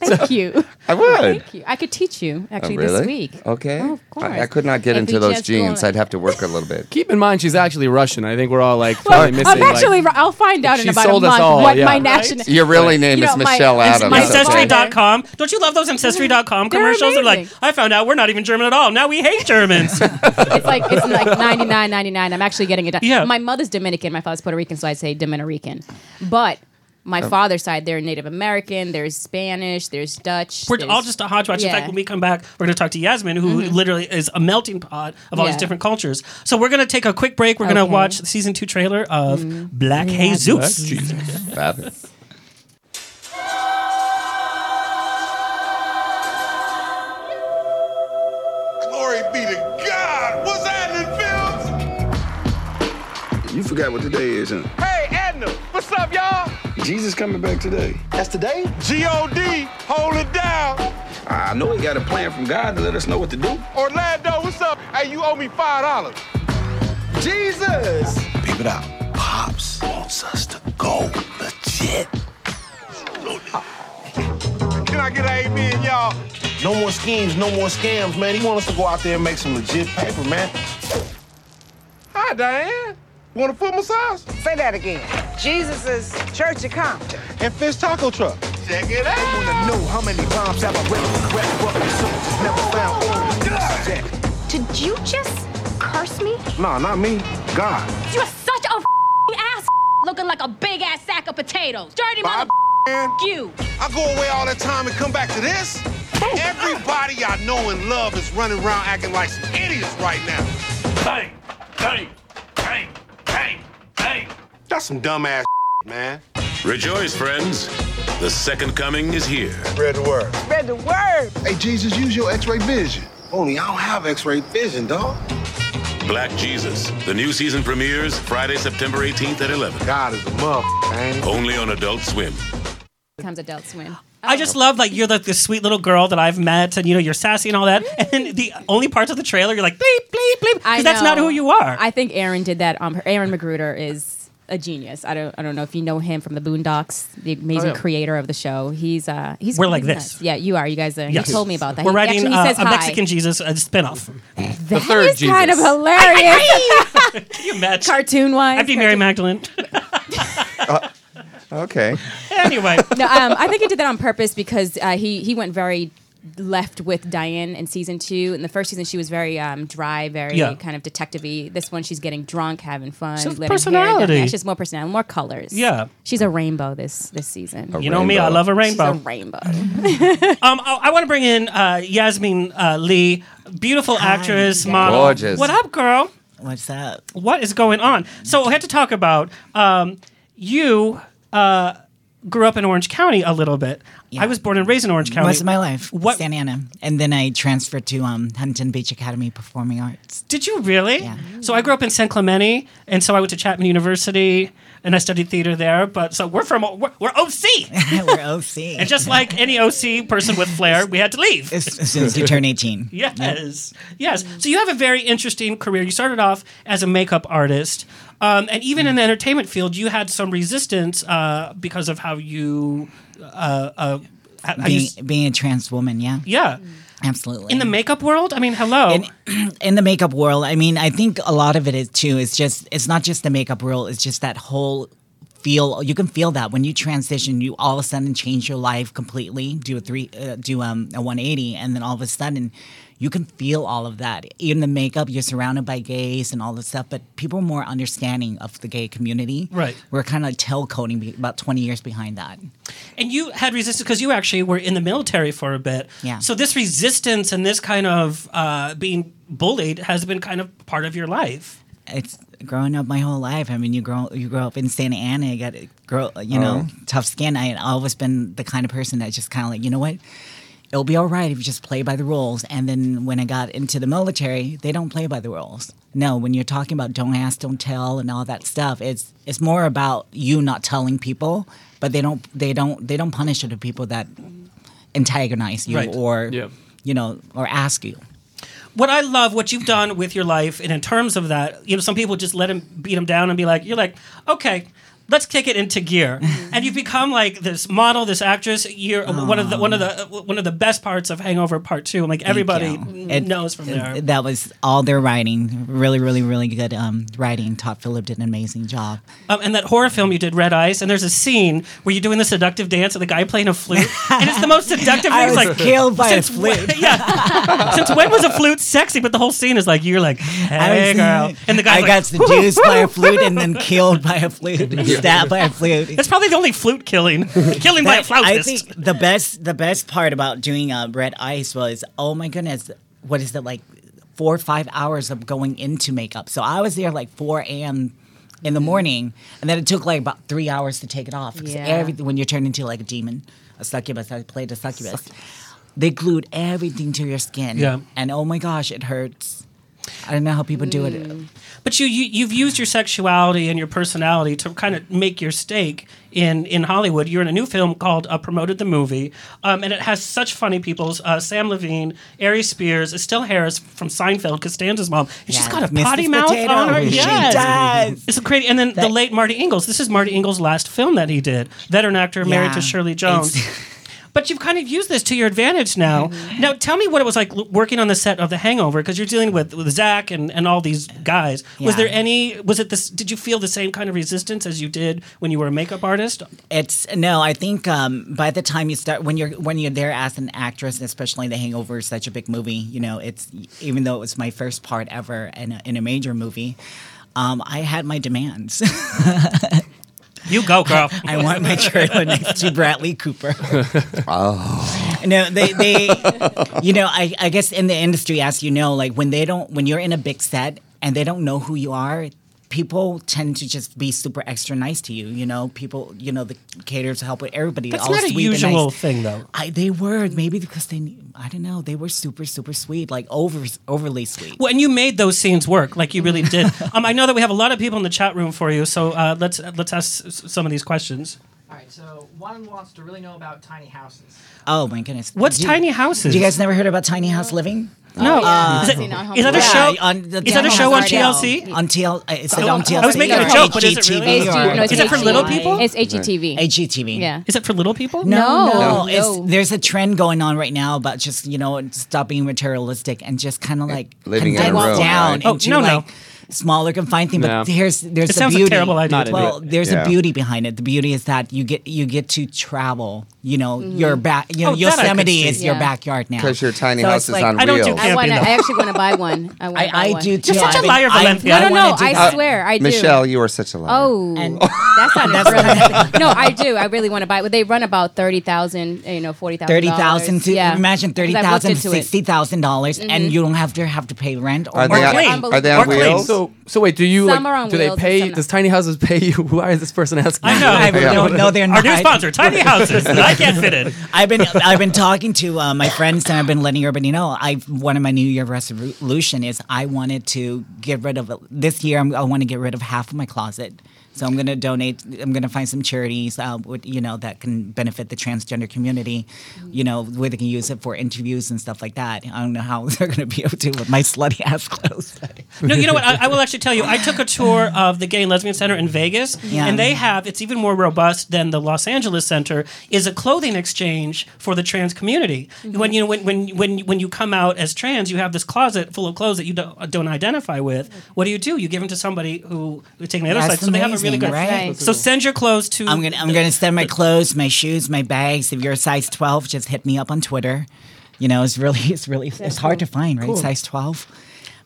Speaker 9: Thank you.
Speaker 3: I would.
Speaker 9: Thank you. I could teach you actually
Speaker 3: oh, really?
Speaker 9: this week.
Speaker 3: Okay.
Speaker 9: Oh, of course.
Speaker 3: I, I could not get
Speaker 9: If
Speaker 3: into
Speaker 9: you
Speaker 3: those
Speaker 9: just go
Speaker 3: genes.
Speaker 9: like-
Speaker 3: I'd have to work a little bit.
Speaker 9: (laughs)
Speaker 8: Keep in mind, she's actually Russian. I think we're all like
Speaker 9: Well,
Speaker 8: probably missing.
Speaker 9: I'm actually.
Speaker 8: like,
Speaker 9: I'll find out in
Speaker 8: She
Speaker 9: about a
Speaker 8: sold us
Speaker 9: month
Speaker 8: all,
Speaker 9: what
Speaker 8: yeah.
Speaker 9: my
Speaker 8: Right?
Speaker 9: national.
Speaker 3: Your really name
Speaker 9: You
Speaker 3: is
Speaker 9: know, my-
Speaker 3: Michelle
Speaker 9: it's
Speaker 3: Adams.
Speaker 9: my
Speaker 3: okay?
Speaker 9: sister-
Speaker 4: Ancestry.com. Don't you love those Ancestry.com commercials? They're like,
Speaker 9: amazing.
Speaker 4: I found out we're not even German at all. Now we hate Germans.
Speaker 9: It's like it's like
Speaker 8: (laughs)
Speaker 9: 99, 99. I'm actually getting it done.
Speaker 4: Yeah.
Speaker 9: My mother's Dominican. My father's Puerto Rican, so I'd say Dominican. But my
Speaker 8: Oh.
Speaker 9: father's side, they're Native American. There's Spanish. There's Dutch.
Speaker 4: We're
Speaker 9: there's-
Speaker 4: all just a hodgepodge. In
Speaker 9: Yeah. Mm-hmm.
Speaker 4: fact, when we come back, we're going to talk to Yasmin, who literally is a melting pot of all these
Speaker 9: Yeah.
Speaker 4: different cultures. So we're going to take a quick break. We're going
Speaker 9: Okay. Mm-hmm.
Speaker 4: to watch the season two trailer of Black Jesus.
Speaker 3: Fabulous.
Speaker 16: Glory be to God. What's happening, Phils? You forgot what today is, huh? Hey, Edna. What's up, y'all? Jesus coming back today. That's today? G-O-D. Hold it down. I know he got a plan from God to let us know what to do. Orlando, what's up? Hey, you owe me $5. Jesus. Peep it out. Pops wants us to go legit. Can I get an amen, y'all? No more schemes, no more scams, man. He want us to go out there and make some legit paper, man. Hi, Diane. Want a foot massage?
Speaker 17: Say that again. Jesus' Church of Compton.
Speaker 16: And fish taco truck. Check it out. I wanna know how many bombs have I wrecked? Wrecked up and soon never found
Speaker 2: Did you just curse me?
Speaker 16: No, not me. God.
Speaker 2: You're such a ass looking like a big ass sack of potatoes. Dirty
Speaker 16: Bye,
Speaker 2: mother you.
Speaker 16: I go away all the time and come back to this? Everybody I know and love is running around acting like some idiots right now. Bang, bang, bang, bang, bang. That's some dumbass man.
Speaker 18: Rejoice, friends. The second coming is here.
Speaker 16: Spread the word.
Speaker 17: Spread the word.
Speaker 16: Hey, Jesus, use your x-ray vision. Only I don't have x-ray vision, dog.
Speaker 18: Black Jesus. The new season premieres Friday, September 18th at 11.
Speaker 16: God is a motherfucker, man.
Speaker 18: Only on Adult Swim.
Speaker 9: Sometimes adults win.
Speaker 4: I just love like you're like this sweet little girl that I've met, and you know you're sassy and all that. And then the only parts of the trailer you're like bleep bleep bleep
Speaker 9: I
Speaker 4: because that's not
Speaker 9: know.
Speaker 4: who you are.
Speaker 9: I think Aaron did that. Um, her- Aaron Magruder is a genius. I don't, I don't know if you know him from the Boondocks, the amazing
Speaker 4: Oh, yeah.
Speaker 9: creator of the show. He's, uh, he's.
Speaker 4: We're like
Speaker 9: he's
Speaker 4: this.
Speaker 9: nuts. Yeah, you are. You guys are.
Speaker 4: Yes.
Speaker 9: He told me about that.
Speaker 4: We're
Speaker 9: He-
Speaker 4: writing
Speaker 9: actually, he
Speaker 4: uh,
Speaker 9: says
Speaker 4: a
Speaker 9: hi.
Speaker 4: Mexican Jesus a spinoff.
Speaker 9: That
Speaker 8: third
Speaker 9: is kind of
Speaker 4: (laughs)
Speaker 8: Jesus.
Speaker 9: hilarious.
Speaker 4: Can you imagine?
Speaker 9: Cartoon wise.
Speaker 4: I'd be Mary
Speaker 9: (laughs)
Speaker 4: Magdalene.
Speaker 3: Okay.
Speaker 4: anyway,
Speaker 9: no, um, I think he did that on purpose because uh, he he went very left with Diane in season two. In the first season, she was very um, dry, very
Speaker 4: Yeah.
Speaker 9: kind of detective-y. This one, she's getting drunk, having fun.
Speaker 4: She's
Speaker 9: letting her down.
Speaker 4: personality.
Speaker 9: Yeah, she's more personality, more colors.
Speaker 4: Yeah.
Speaker 9: she's a rainbow this this season.
Speaker 4: You know me, I love a rainbow.
Speaker 9: She's a rainbow.
Speaker 4: Um, I, want to bring in uh, Yasmin uh, Lee, beautiful actress,
Speaker 11: Yasmin.
Speaker 4: model.
Speaker 11: Gorgeous.
Speaker 4: What up, girl?
Speaker 11: What's up?
Speaker 4: What is going on? So we had to talk about um, you. Uh, grew up in Orange County a little bit. I was born and raised in Orange County.
Speaker 11: Most of my life, what? Santa Ana, and then I transferred to um, Huntington Beach Academy Performing Arts. (laughs)
Speaker 4: Did you really? So I grew up in San Clemente, and so I went to Chapman University, and I studied theater there. But so we're from we're, we're OC,
Speaker 11: We're OC
Speaker 4: and just like any OC person with flair, we had to leave.
Speaker 11: since you turn eighteen.
Speaker 4: Yes, yes. So you have a very interesting career. You started off as a makeup artist, um, and even in the entertainment field, you had some resistance uh, because of how you. Uh, uh, how- how you
Speaker 11: Being,
Speaker 4: s-
Speaker 11: being a trans woman, yeah,
Speaker 4: yeah,
Speaker 11: absolutely.
Speaker 4: in the makeup world. I mean, hello.
Speaker 11: (clears throat) in the makeup world, I mean, I think a lot of it is too. It's just it's not just the makeup world. It's just that whole feel you can feel that when you transition, you all of a sudden change your life completely. Do a three, uh, do um, a one eighty, and then all of a sudden. You can feel all of that. Even the makeup, you're surrounded by gays and all this stuff, but people are more understanding of the gay community.
Speaker 4: Right.
Speaker 11: We're kind of tail coding be- about 20 years behind that.
Speaker 4: And you had resistance because you actually were in the military for a bit.
Speaker 11: Yeah.
Speaker 4: So this resistance and this kind of uh, being bullied has been kind of part of your life.
Speaker 11: It's growing up my whole life. I mean, you grow you grow up in Santa Ana. You got grow, you know,
Speaker 4: Oh.
Speaker 11: tough skin. I had always been the kind of person that just kind of like, you know what, it'll be all right if you just play by the rules. And then when I got into the military, they don't play by the rules. No, when you're talking about don't ask, don't tell, and all that stuff, it's it's more about you not telling people, but they don't they don't they don't punish the people that antagonize you
Speaker 4: Right.
Speaker 11: or you know or ask you.
Speaker 4: what I love, what you've done with your life, and in terms of that, you know, some people just let him beat him down and be like, you're like, okay, let's kick it into gear, and you've become like this model, this actress. You're one of the one of the one of the best parts of Hangover Part Two. Like everybody
Speaker 11: you. It-
Speaker 4: knows from there.
Speaker 11: That was all their writing. Really, really, really good um, writing. Todd Phillip did an amazing job.
Speaker 4: Um, and that horror film you did, Red Eyes, and there's a scene where you're doing the seductive dance and the guy playing a flute, and it's
Speaker 11: (laughs)
Speaker 4: the most seductive.
Speaker 11: I
Speaker 4: thing. It's
Speaker 11: was
Speaker 4: like
Speaker 11: killed by a
Speaker 4: since when- (laughs)
Speaker 11: (laughs)
Speaker 4: yeah. since when was a flute sexy? But the whole scene is like you're like, hey
Speaker 11: was-
Speaker 4: girl, and the guy
Speaker 11: (laughs) I got seduced by
Speaker 4: (laughs)
Speaker 11: a flute and then killed by a flute, and
Speaker 4: Yeah.
Speaker 11: stabbed by a flute.
Speaker 4: That's probably the only flute (laughs) killing, killing by a
Speaker 11: That- I
Speaker 4: flautist.
Speaker 11: think the best, the best part about doing uh, Red Ice was, oh my goodness, what is it like? Four or five hours of going into makeup. So I was there like 4 a.m. in the morning, and then it took like about three hours to take it off. Because
Speaker 19: Yeah.
Speaker 11: everything, when you turn into like a demon, a succubus, I played a succubus, they glued everything to your skin.
Speaker 4: Yeah.
Speaker 11: And oh my gosh, it hurts. I don't know how people do it.
Speaker 4: But you, you you've used your sexuality and your personality to kind of make your stake in in Hollywood. You're in a new film called uh, "Promoted the Movie," um, and it has such funny people's uh, Sam Levine, Ari Spears, Estelle Harris from Seinfeld, Costanza's mom. And she's
Speaker 11: Yes,
Speaker 4: got a
Speaker 11: Mrs.
Speaker 4: potty mouth
Speaker 11: Potato.
Speaker 4: on her.
Speaker 11: She
Speaker 4: Yes.
Speaker 11: does.
Speaker 4: It's crazy. And then the late Marty Ingalls. This is Marty Ingalls' last film that he did. Veteran actor, married
Speaker 11: Yeah.
Speaker 4: to Shirley Jones. But you've kind of used this to your advantage now.
Speaker 11: Mm-hmm.
Speaker 4: Now, tell me what it was like l- working on the set of The Hangover because you're dealing with, with Zach and, and all these guys. Was
Speaker 11: Yeah.
Speaker 4: there any? Was it this? Did you feel the same kind of resistance as you did when you were a makeup artist?
Speaker 11: It's no, I think um, by the time you start when you're when you're there as an actress, especially The Hangover is such a big movie. You know, it's even though it was my first part ever in a, in a major movie, um, I had my demands. (laughs)
Speaker 4: You go, girl.
Speaker 11: I
Speaker 4: (laughs)
Speaker 11: want my trailer next to Bradley Cooper.
Speaker 3: oh.
Speaker 11: No, they, they you know, I, I guess in the industry, as you know, like when they don't, when you're in a big set and they don't know who you are, people tend to just be super extra nice to you. You know, people, you know, the caterers help with everybody.
Speaker 4: That's
Speaker 11: all
Speaker 4: not a
Speaker 11: sweet and
Speaker 4: usual
Speaker 11: nice.
Speaker 4: thing, though.
Speaker 11: I, they were maybe because they, knew- I don't know, they were super, super sweet, like over, overly sweet.
Speaker 4: Well, and you made those scenes work, like you
Speaker 11: (laughs)
Speaker 4: really did. um, I know that we have a lot of people in the chat room for you, so uh, let's let's ask s- some of these questions.
Speaker 10: All right, so one wants to really know about tiny houses.
Speaker 11: Oh my goodness.
Speaker 4: What's
Speaker 11: Do you-
Speaker 4: tiny houses?
Speaker 11: You guys never heard about tiny house living?
Speaker 4: No. Oh, yeah. Is it-
Speaker 11: Uh,
Speaker 4: is that a show- is that a show on TLC?
Speaker 11: On TL, uh, is it
Speaker 4: Oh,
Speaker 11: on TLC?
Speaker 4: I was making a
Speaker 11: or
Speaker 4: joke, but is it really?
Speaker 11: HGTV
Speaker 4: HG
Speaker 11: or-
Speaker 4: no, it's Is it for little HGTV. people?
Speaker 9: It's HGTV.
Speaker 11: HGTV.
Speaker 9: Yeah.
Speaker 4: Is it for little people?
Speaker 11: No, no.
Speaker 9: No.
Speaker 11: It's,
Speaker 9: No.
Speaker 11: there's a trend going on right now about just you know stop being materialistic and just kind of like
Speaker 3: living in a
Speaker 11: condense
Speaker 3: room,
Speaker 11: down
Speaker 3: right? Oh,
Speaker 11: into
Speaker 4: no, no.
Speaker 11: like smaller confined thing.
Speaker 4: No.
Speaker 11: But here's there's the
Speaker 4: It sounds like
Speaker 11: beauty.
Speaker 4: terrible idea. Not
Speaker 11: well,
Speaker 4: into it.
Speaker 11: there's
Speaker 4: Yeah.
Speaker 11: a beauty behind it. The beauty is that you get you get to travel. You know
Speaker 9: Mhm.
Speaker 11: your back. You know
Speaker 9: Oh, that I could
Speaker 11: Yosemite
Speaker 9: see.
Speaker 11: is
Speaker 9: Yeah.
Speaker 11: your backyard now
Speaker 3: 'Cause your tiny
Speaker 11: it's
Speaker 3: house is on
Speaker 9: I don't
Speaker 3: wheels.
Speaker 9: do I, wanna, I actually want to buy one. I, wanna
Speaker 11: I-
Speaker 9: buy
Speaker 11: I
Speaker 9: one.
Speaker 11: do You're too. Uh, such a I- liar, I- Valencia.
Speaker 9: No, no,
Speaker 11: I
Speaker 9: no.
Speaker 11: wanna do
Speaker 9: I
Speaker 11: that.
Speaker 9: swear, I do.
Speaker 3: Michelle, you are such a liar.
Speaker 9: Oh, that's not a (laughs) brilliant. No, I do. I really want to buy it. But they run about thirty thousand, you know, forty thousand.
Speaker 11: Thirty thousand to imagine thirty thousand, sixty thousand dollars,
Speaker 9: Mhm.
Speaker 11: and you don't have to have to pay rent or
Speaker 3: Are they on-
Speaker 11: mortgage.
Speaker 3: are they on Or clean. wheels?
Speaker 8: So, so wait, do you
Speaker 11: Some
Speaker 8: like?
Speaker 11: are on
Speaker 8: do they
Speaker 11: wheels and
Speaker 8: pay?
Speaker 11: some
Speaker 8: Does tiny houses pay you? (laughs) Why is this person asking?
Speaker 11: I know.
Speaker 4: (laughs)
Speaker 11: I Yeah. don't know their
Speaker 4: Our new
Speaker 11: name. (laughs)
Speaker 4: sponsor, Tiny Houses. that I can't fit in.
Speaker 11: I've been I've been talking to uh, my friends and I've been letting everybody know. I one of my New Year resolution is I wanted to get rid of this year. I'm, I want to get rid of half of my closet. So I'm gonna donate. I'm gonna find some charities, uh, with, you know, that can benefit the transgender community. You know, where they can use it for interviews and stuff like that. I don't know how (laughs) they're gonna be able to with my slutty ass clothes.
Speaker 4: No, you know what? I, I will actually tell you. I took a tour of the Gay and Lesbian Center in Vegas,
Speaker 11: Yeah.
Speaker 4: and they have it's even more robust than the Los Angeles Center. Is a clothing exchange for the trans community.
Speaker 11: Mm-hmm.
Speaker 4: When you know, when when when when you come out as trans, you have this closet full of clothes that you don't, don't identify with. What do you do? You give them to somebody who is taking the other
Speaker 11: That's
Speaker 4: side. So they have a
Speaker 11: everything, right?
Speaker 4: So send your clothes to.
Speaker 11: I'm gonna I'm gonna send my clothes, my shoes, my bags. If you're a size 12, just hit me up on Twitter. You know, it's really it's really it's hard to find, right?
Speaker 4: Cool.
Speaker 11: Size 12.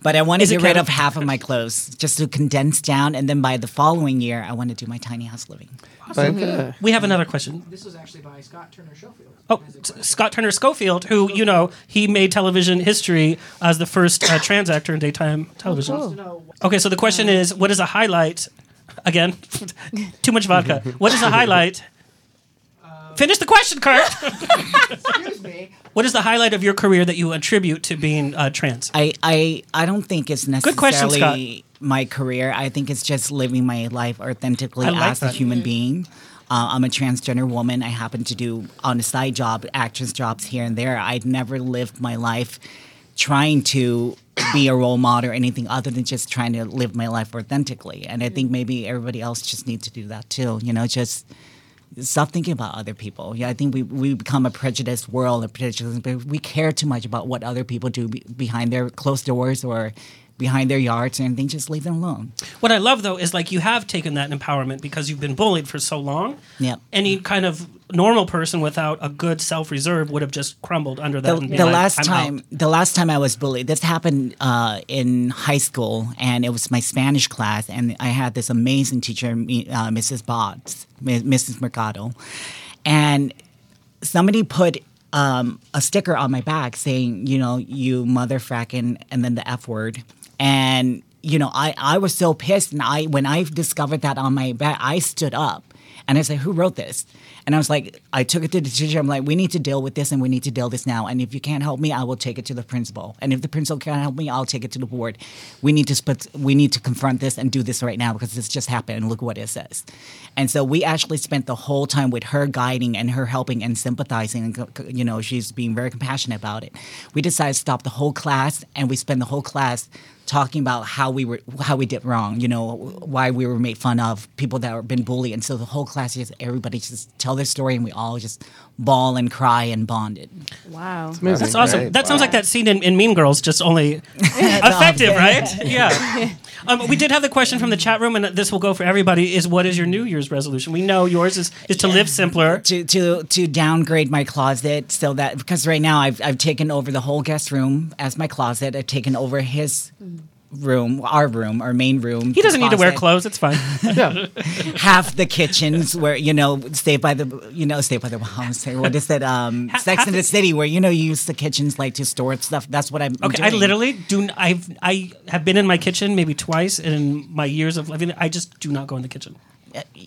Speaker 11: But I want to
Speaker 4: Is it
Speaker 11: get rid
Speaker 4: kind
Speaker 11: of half of my clothes just to condense down, and then by the following year, I want to do my tiny house living.
Speaker 4: Awesome. We have another question.
Speaker 10: This was actually by Scott Turner Schofield.
Speaker 4: Oh, S- Scott Turner Schofield, who you know he made television history as the first uh, trans actor in daytime television. Okay, so the question
Speaker 10: Um,
Speaker 4: is, what is a highlight? Again, (laughs) too much vodka. What is a highlight? Finish the question, Kurt.
Speaker 10: Uh, (laughs) Excuse me.
Speaker 4: what is the highlight of your career that you attribute to being uh, trans?
Speaker 11: I, I I don't think it's necessarily
Speaker 4: Good question,
Speaker 11: my career. I think it's just living my life authentically
Speaker 4: I like
Speaker 11: as a
Speaker 4: that. Mm-hmm.
Speaker 11: human being. Uh, I'm a transgender woman. I happen to do on a side job, actress jobs here and there. I've never lived my life trying to be a role model or anything other than just trying to live my life authentically. And I think
Speaker 4: Mm.
Speaker 11: maybe everybody else just needs to do that too. You know, just stop thinking about other people. Yeah, I think we, we become a prejudiced world, a prejudiced, but we care too much about what other people do be, behind their closed doors or behind their yards and anything. Just leave them alone.
Speaker 4: What I love though is like you have taken that empowerment because you've been bullied for so long.
Speaker 11: Yeah.
Speaker 4: Any kind of normal person without a good self reserve would have just crumbled under that.
Speaker 11: The,
Speaker 4: and been
Speaker 11: the
Speaker 4: like,
Speaker 11: last
Speaker 4: "I'm out."
Speaker 11: time, the last time I was bullied, this happened uh, in high school, and it was my Spanish class, and I had this amazing teacher, me- uh, Mrs. Botts, M- Mrs. Mercado, and somebody put um, a sticker on my back saying, you know, you mother fracking, and then the F word. And, you know, I, I was so pissed. And I when I discovered that on my back, I stood up and I said, who wrote this? And I was like, I took it to the teacher. I'm like, we need to deal with this and we need to deal this now. And if you can't help me, I will take it to the principal. And if the principal can't help me, I'll take it to the board. We need to split, we need to confront this and do this right now because this just happened and look what it says. And so we actually spent the whole time with her guiding and her helping and sympathizing. And, co- co- you know, she's being very compassionate about it. We decided to stop the whole class and we spent the whole class talking about how we were how we did wrong you know why we were made fun of people that were been bullied and so the whole class just everybody just tell their story and we all just bawl and cry and bonded
Speaker 9: Wow.
Speaker 4: That's awesome. That sounds like that scene in, in Mean Girls, just
Speaker 11: (laughs)
Speaker 4: only (laughs) effective, right? Yeah. Um, we did have the question from the chat room, and this will go for everybody: is what is your New Year's resolution? We know yours is is to live simpler.
Speaker 11: to to to downgrade my closet so that because right now I've I've taken over the whole guest room as my closet. I've taken over his room, our room, our main room.
Speaker 4: He doesn't need to wear
Speaker 11: closet,
Speaker 4: clothes. It's fine.
Speaker 11: (laughs) Half the kitchens where you know stay by the you know stay by the Bahamas. Say what is that? Um, Sex in the City where you know you use the kitchens like to store stuff. That's what I'm.
Speaker 4: Okay, I
Speaker 11: doing.
Speaker 4: literally do. n- I've I have been in my kitchen maybe twice in my years of living. I just do not go in the kitchen.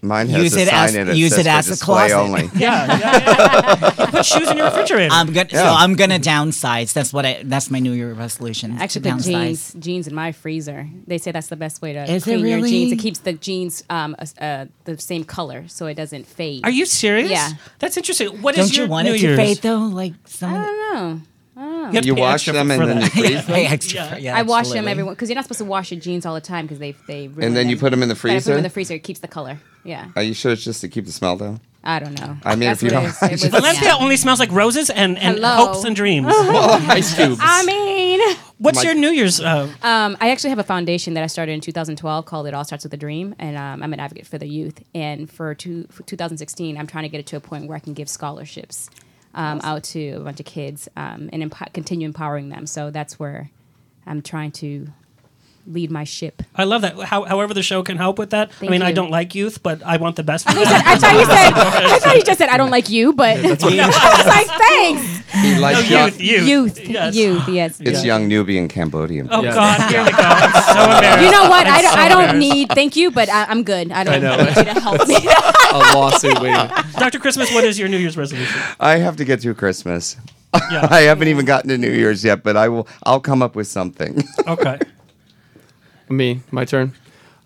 Speaker 3: Mine has
Speaker 11: Use
Speaker 3: a
Speaker 11: it
Speaker 3: sign
Speaker 11: as-
Speaker 3: in it
Speaker 11: use
Speaker 3: says
Speaker 11: it
Speaker 3: for
Speaker 11: as a
Speaker 3: display
Speaker 11: closet.
Speaker 3: only.
Speaker 4: (laughs) Yeah, yeah, yeah, yeah. Put shoes in your refrigerator.
Speaker 9: Um,
Speaker 11: I'm gonna so
Speaker 4: Yeah.
Speaker 11: I'm gonna downsize. That's what I. That's my New Year resolution. is to
Speaker 9: Actually, put
Speaker 11: downsize.
Speaker 9: jeans jeans in my freezer. They say that's the best way to
Speaker 11: Is it
Speaker 9: clean your jeans.
Speaker 11: really?
Speaker 9: It keeps the jeans um uh, uh, the same color, so it doesn't fade.
Speaker 4: Are you serious?
Speaker 9: Yeah.
Speaker 4: that's interesting. What
Speaker 11: Don't
Speaker 4: is
Speaker 11: you
Speaker 4: your
Speaker 11: want
Speaker 4: New
Speaker 11: it to
Speaker 4: Year's?
Speaker 11: fade though? Like some.
Speaker 9: I don't know. I don't know.
Speaker 4: You have to
Speaker 3: You
Speaker 4: pay
Speaker 3: wash
Speaker 4: extra
Speaker 3: them
Speaker 4: for
Speaker 3: and then you
Speaker 4: that. (laughs)
Speaker 3: freeze them.
Speaker 11: Pay (laughs) extra. for- yeah,
Speaker 9: I wash them
Speaker 11: absolutely.
Speaker 9: every because you're not supposed to wash your jeans all the time because they they ruin
Speaker 3: then you put 'em in the
Speaker 9: But I put 'em
Speaker 3: freezer?
Speaker 9: in the freezer, it keeps the color. Yeah,
Speaker 3: Are you sure it's just to keep the
Speaker 11: (laughs)
Speaker 3: smell down?
Speaker 9: I don't know.
Speaker 3: I mean,
Speaker 9: That's
Speaker 3: if you
Speaker 9: what
Speaker 3: don't,
Speaker 9: it is. It
Speaker 3: (laughs)
Speaker 9: was-
Speaker 4: Valencia only smells like roses and, and
Speaker 9: Hello.
Speaker 4: hopes
Speaker 9: (laughs)
Speaker 4: and dreams.
Speaker 3: ice
Speaker 8: (laughs)
Speaker 3: cubes.
Speaker 9: I mean,
Speaker 4: What's
Speaker 9: Like-
Speaker 4: your New Year's? Uh,
Speaker 9: Um, I actually have a foundation that I started in 2012 called It All Starts with a Dream, and um, I'm an advocate for the youth. And for, two, for 2016, I'm trying to get it to a point where I can give scholarships um, out to a bunch of kids um, and empo- continue empowering them. So that's where I'm trying to lead my ship.
Speaker 4: I love that. How, however, the show can help with that.
Speaker 9: Thank
Speaker 4: I mean, I
Speaker 9: you.
Speaker 4: don't like youth, but I want the best. For them.
Speaker 9: I thought you said. I thought you just said I don't like you, but (laughs) I was like, thanks.
Speaker 3: He
Speaker 4: (laughs)
Speaker 3: likes young,
Speaker 4: youth,
Speaker 9: youth, youth, yes.
Speaker 3: It's young Nubian Cambodian.
Speaker 4: Oh,
Speaker 3: Yeah.
Speaker 4: God, here we go. I'm
Speaker 8: (laughs)
Speaker 4: so embarrassed.
Speaker 9: You know what?
Speaker 4: I'm
Speaker 9: I don't,
Speaker 4: so
Speaker 9: I don't
Speaker 4: embarrassed.
Speaker 9: need. Thank you, but I, I'm good. I don't
Speaker 3: know.
Speaker 9: need you to help me.
Speaker 8: a lawsuit waiting.
Speaker 4: Dr. Christmas, what is your New Year's
Speaker 8: (laughs)
Speaker 4: resolution?
Speaker 3: I have to get through Christmas.
Speaker 4: Yeah.
Speaker 3: I haven't even gotten to New Year's yet, but I will. I'll come up with something. (laughs)
Speaker 4: Okay.
Speaker 8: Me, my turn.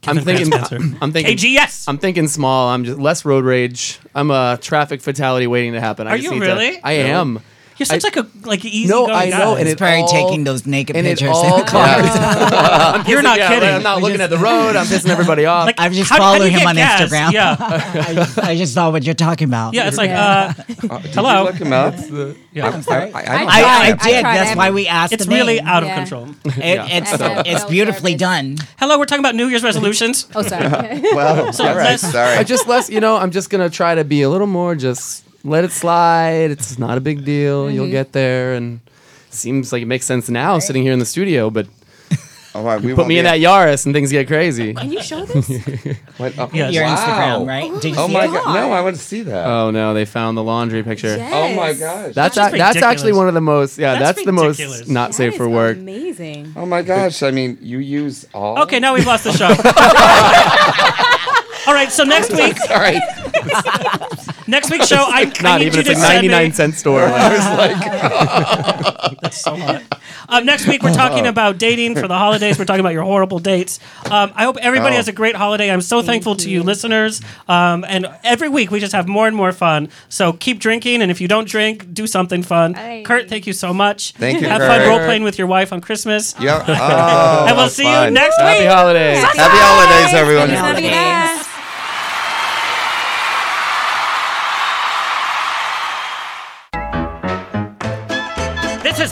Speaker 8: I'm
Speaker 4: Kevin
Speaker 8: thinking.
Speaker 4: Grant's answer.
Speaker 8: I'm thinking.
Speaker 4: KGS.
Speaker 8: I'm thinking small. I'm just less road rage. I'm a traffic fatality waiting to happen. I
Speaker 4: Are
Speaker 8: just
Speaker 4: you
Speaker 8: need to-
Speaker 4: really?
Speaker 8: I
Speaker 4: No.
Speaker 8: am.
Speaker 4: You're such like a like easy.
Speaker 8: No, I know, and
Speaker 11: He's
Speaker 8: it
Speaker 11: probably
Speaker 8: all-
Speaker 11: taking those naked
Speaker 8: and it
Speaker 11: pictures.
Speaker 4: (laughs)
Speaker 8: all (laughs)
Speaker 11: in the car.
Speaker 8: I'm
Speaker 4: You're
Speaker 8: pissing-
Speaker 4: not
Speaker 8: yeah,
Speaker 4: kidding.
Speaker 8: I'm not
Speaker 4: We
Speaker 8: looking
Speaker 4: just-
Speaker 8: at the road. I'm
Speaker 4: (laughs)
Speaker 8: pissing everybody off.
Speaker 11: I'm just
Speaker 4: how do- how do
Speaker 11: following
Speaker 4: you
Speaker 11: him on
Speaker 4: get gas?
Speaker 11: Instagram.
Speaker 4: Yeah.
Speaker 11: (laughs) I, just, I just saw what you're talking about.
Speaker 4: Yeah, it's like, uh,
Speaker 3: Did
Speaker 4: hello.
Speaker 3: You look him up.
Speaker 4: Yeah.
Speaker 11: I'm sorry. I,
Speaker 3: I, I,
Speaker 11: I,
Speaker 4: tried. I
Speaker 11: did.
Speaker 4: tried.
Speaker 11: That's why we asked.
Speaker 4: It's
Speaker 11: the name.
Speaker 4: really out of Yeah. control.
Speaker 11: It,
Speaker 4: Yeah.
Speaker 11: It's
Speaker 4: I felt-
Speaker 11: it's
Speaker 4: felt
Speaker 11: beautifully done.
Speaker 4: Hello, we're talking about New
Speaker 11: (laughs)
Speaker 4: Year's resolutions.
Speaker 9: (laughs) oh,
Speaker 3: (laughs) well,
Speaker 4: So
Speaker 3: all right,
Speaker 4: let's-
Speaker 3: sorry.
Speaker 8: I just less, you know, I'm just gonna try to be a little more. Just let it slide. It's not a big deal. You'll
Speaker 4: Mm-hmm.
Speaker 3: Mhm.
Speaker 8: get there, and seems like it makes sense now, sitting here in the studio. But
Speaker 3: oh, wow,
Speaker 8: put me in that Yaris, and things get crazy.
Speaker 9: Can you show this?
Speaker 3: What, oh,
Speaker 8: Yes.
Speaker 11: Your
Speaker 8: Wow.
Speaker 11: Instagram, right? Did you
Speaker 3: Oh
Speaker 11: see
Speaker 3: my
Speaker 11: it?
Speaker 3: god! No, I want to see that.
Speaker 8: Oh no, they found the laundry picture.
Speaker 3: Oh my gosh!
Speaker 8: That's
Speaker 3: That's
Speaker 8: a- that's actually
Speaker 3: ridiculous.
Speaker 8: one of the most. Yeah,
Speaker 3: That's
Speaker 8: that's, the most
Speaker 3: ridiculous.
Speaker 8: not safe for work.
Speaker 9: Amazing.
Speaker 3: Oh my gosh! I mean, you use all.
Speaker 4: Okay, now we've lost
Speaker 11: (laughs)
Speaker 4: the show. All right, so next week, (laughs)
Speaker 3: Sorry.
Speaker 4: next week's show, I, I
Speaker 8: not
Speaker 4: need
Speaker 8: even
Speaker 4: you
Speaker 8: it's
Speaker 4: to
Speaker 8: a
Speaker 4: send
Speaker 8: 99
Speaker 4: me. (laughs)
Speaker 8: cent store. I was
Speaker 4: like, that's so hot. Um, next week, we're talking
Speaker 3: Uh-huh.
Speaker 4: about dating for the holidays. We're talking about your horrible dates. Um, I hope everybody
Speaker 8: Oh.
Speaker 4: has a great holiday. I'm so thankful to you, listeners. Um, and every week, we just have more and more fun. So keep drinking, and if you don't drink, do something fun. Kurt, thank you so much.
Speaker 3: Thank you,
Speaker 4: Have fun
Speaker 3: Kurt.
Speaker 4: role playing with your wife on Christmas.
Speaker 3: (laughs) Yep. Oh,
Speaker 4: and we'll
Speaker 3: that's
Speaker 4: see you
Speaker 3: fun.
Speaker 4: next week.
Speaker 8: Happy holidays.
Speaker 3: Happy holidays, everyone.
Speaker 4: This has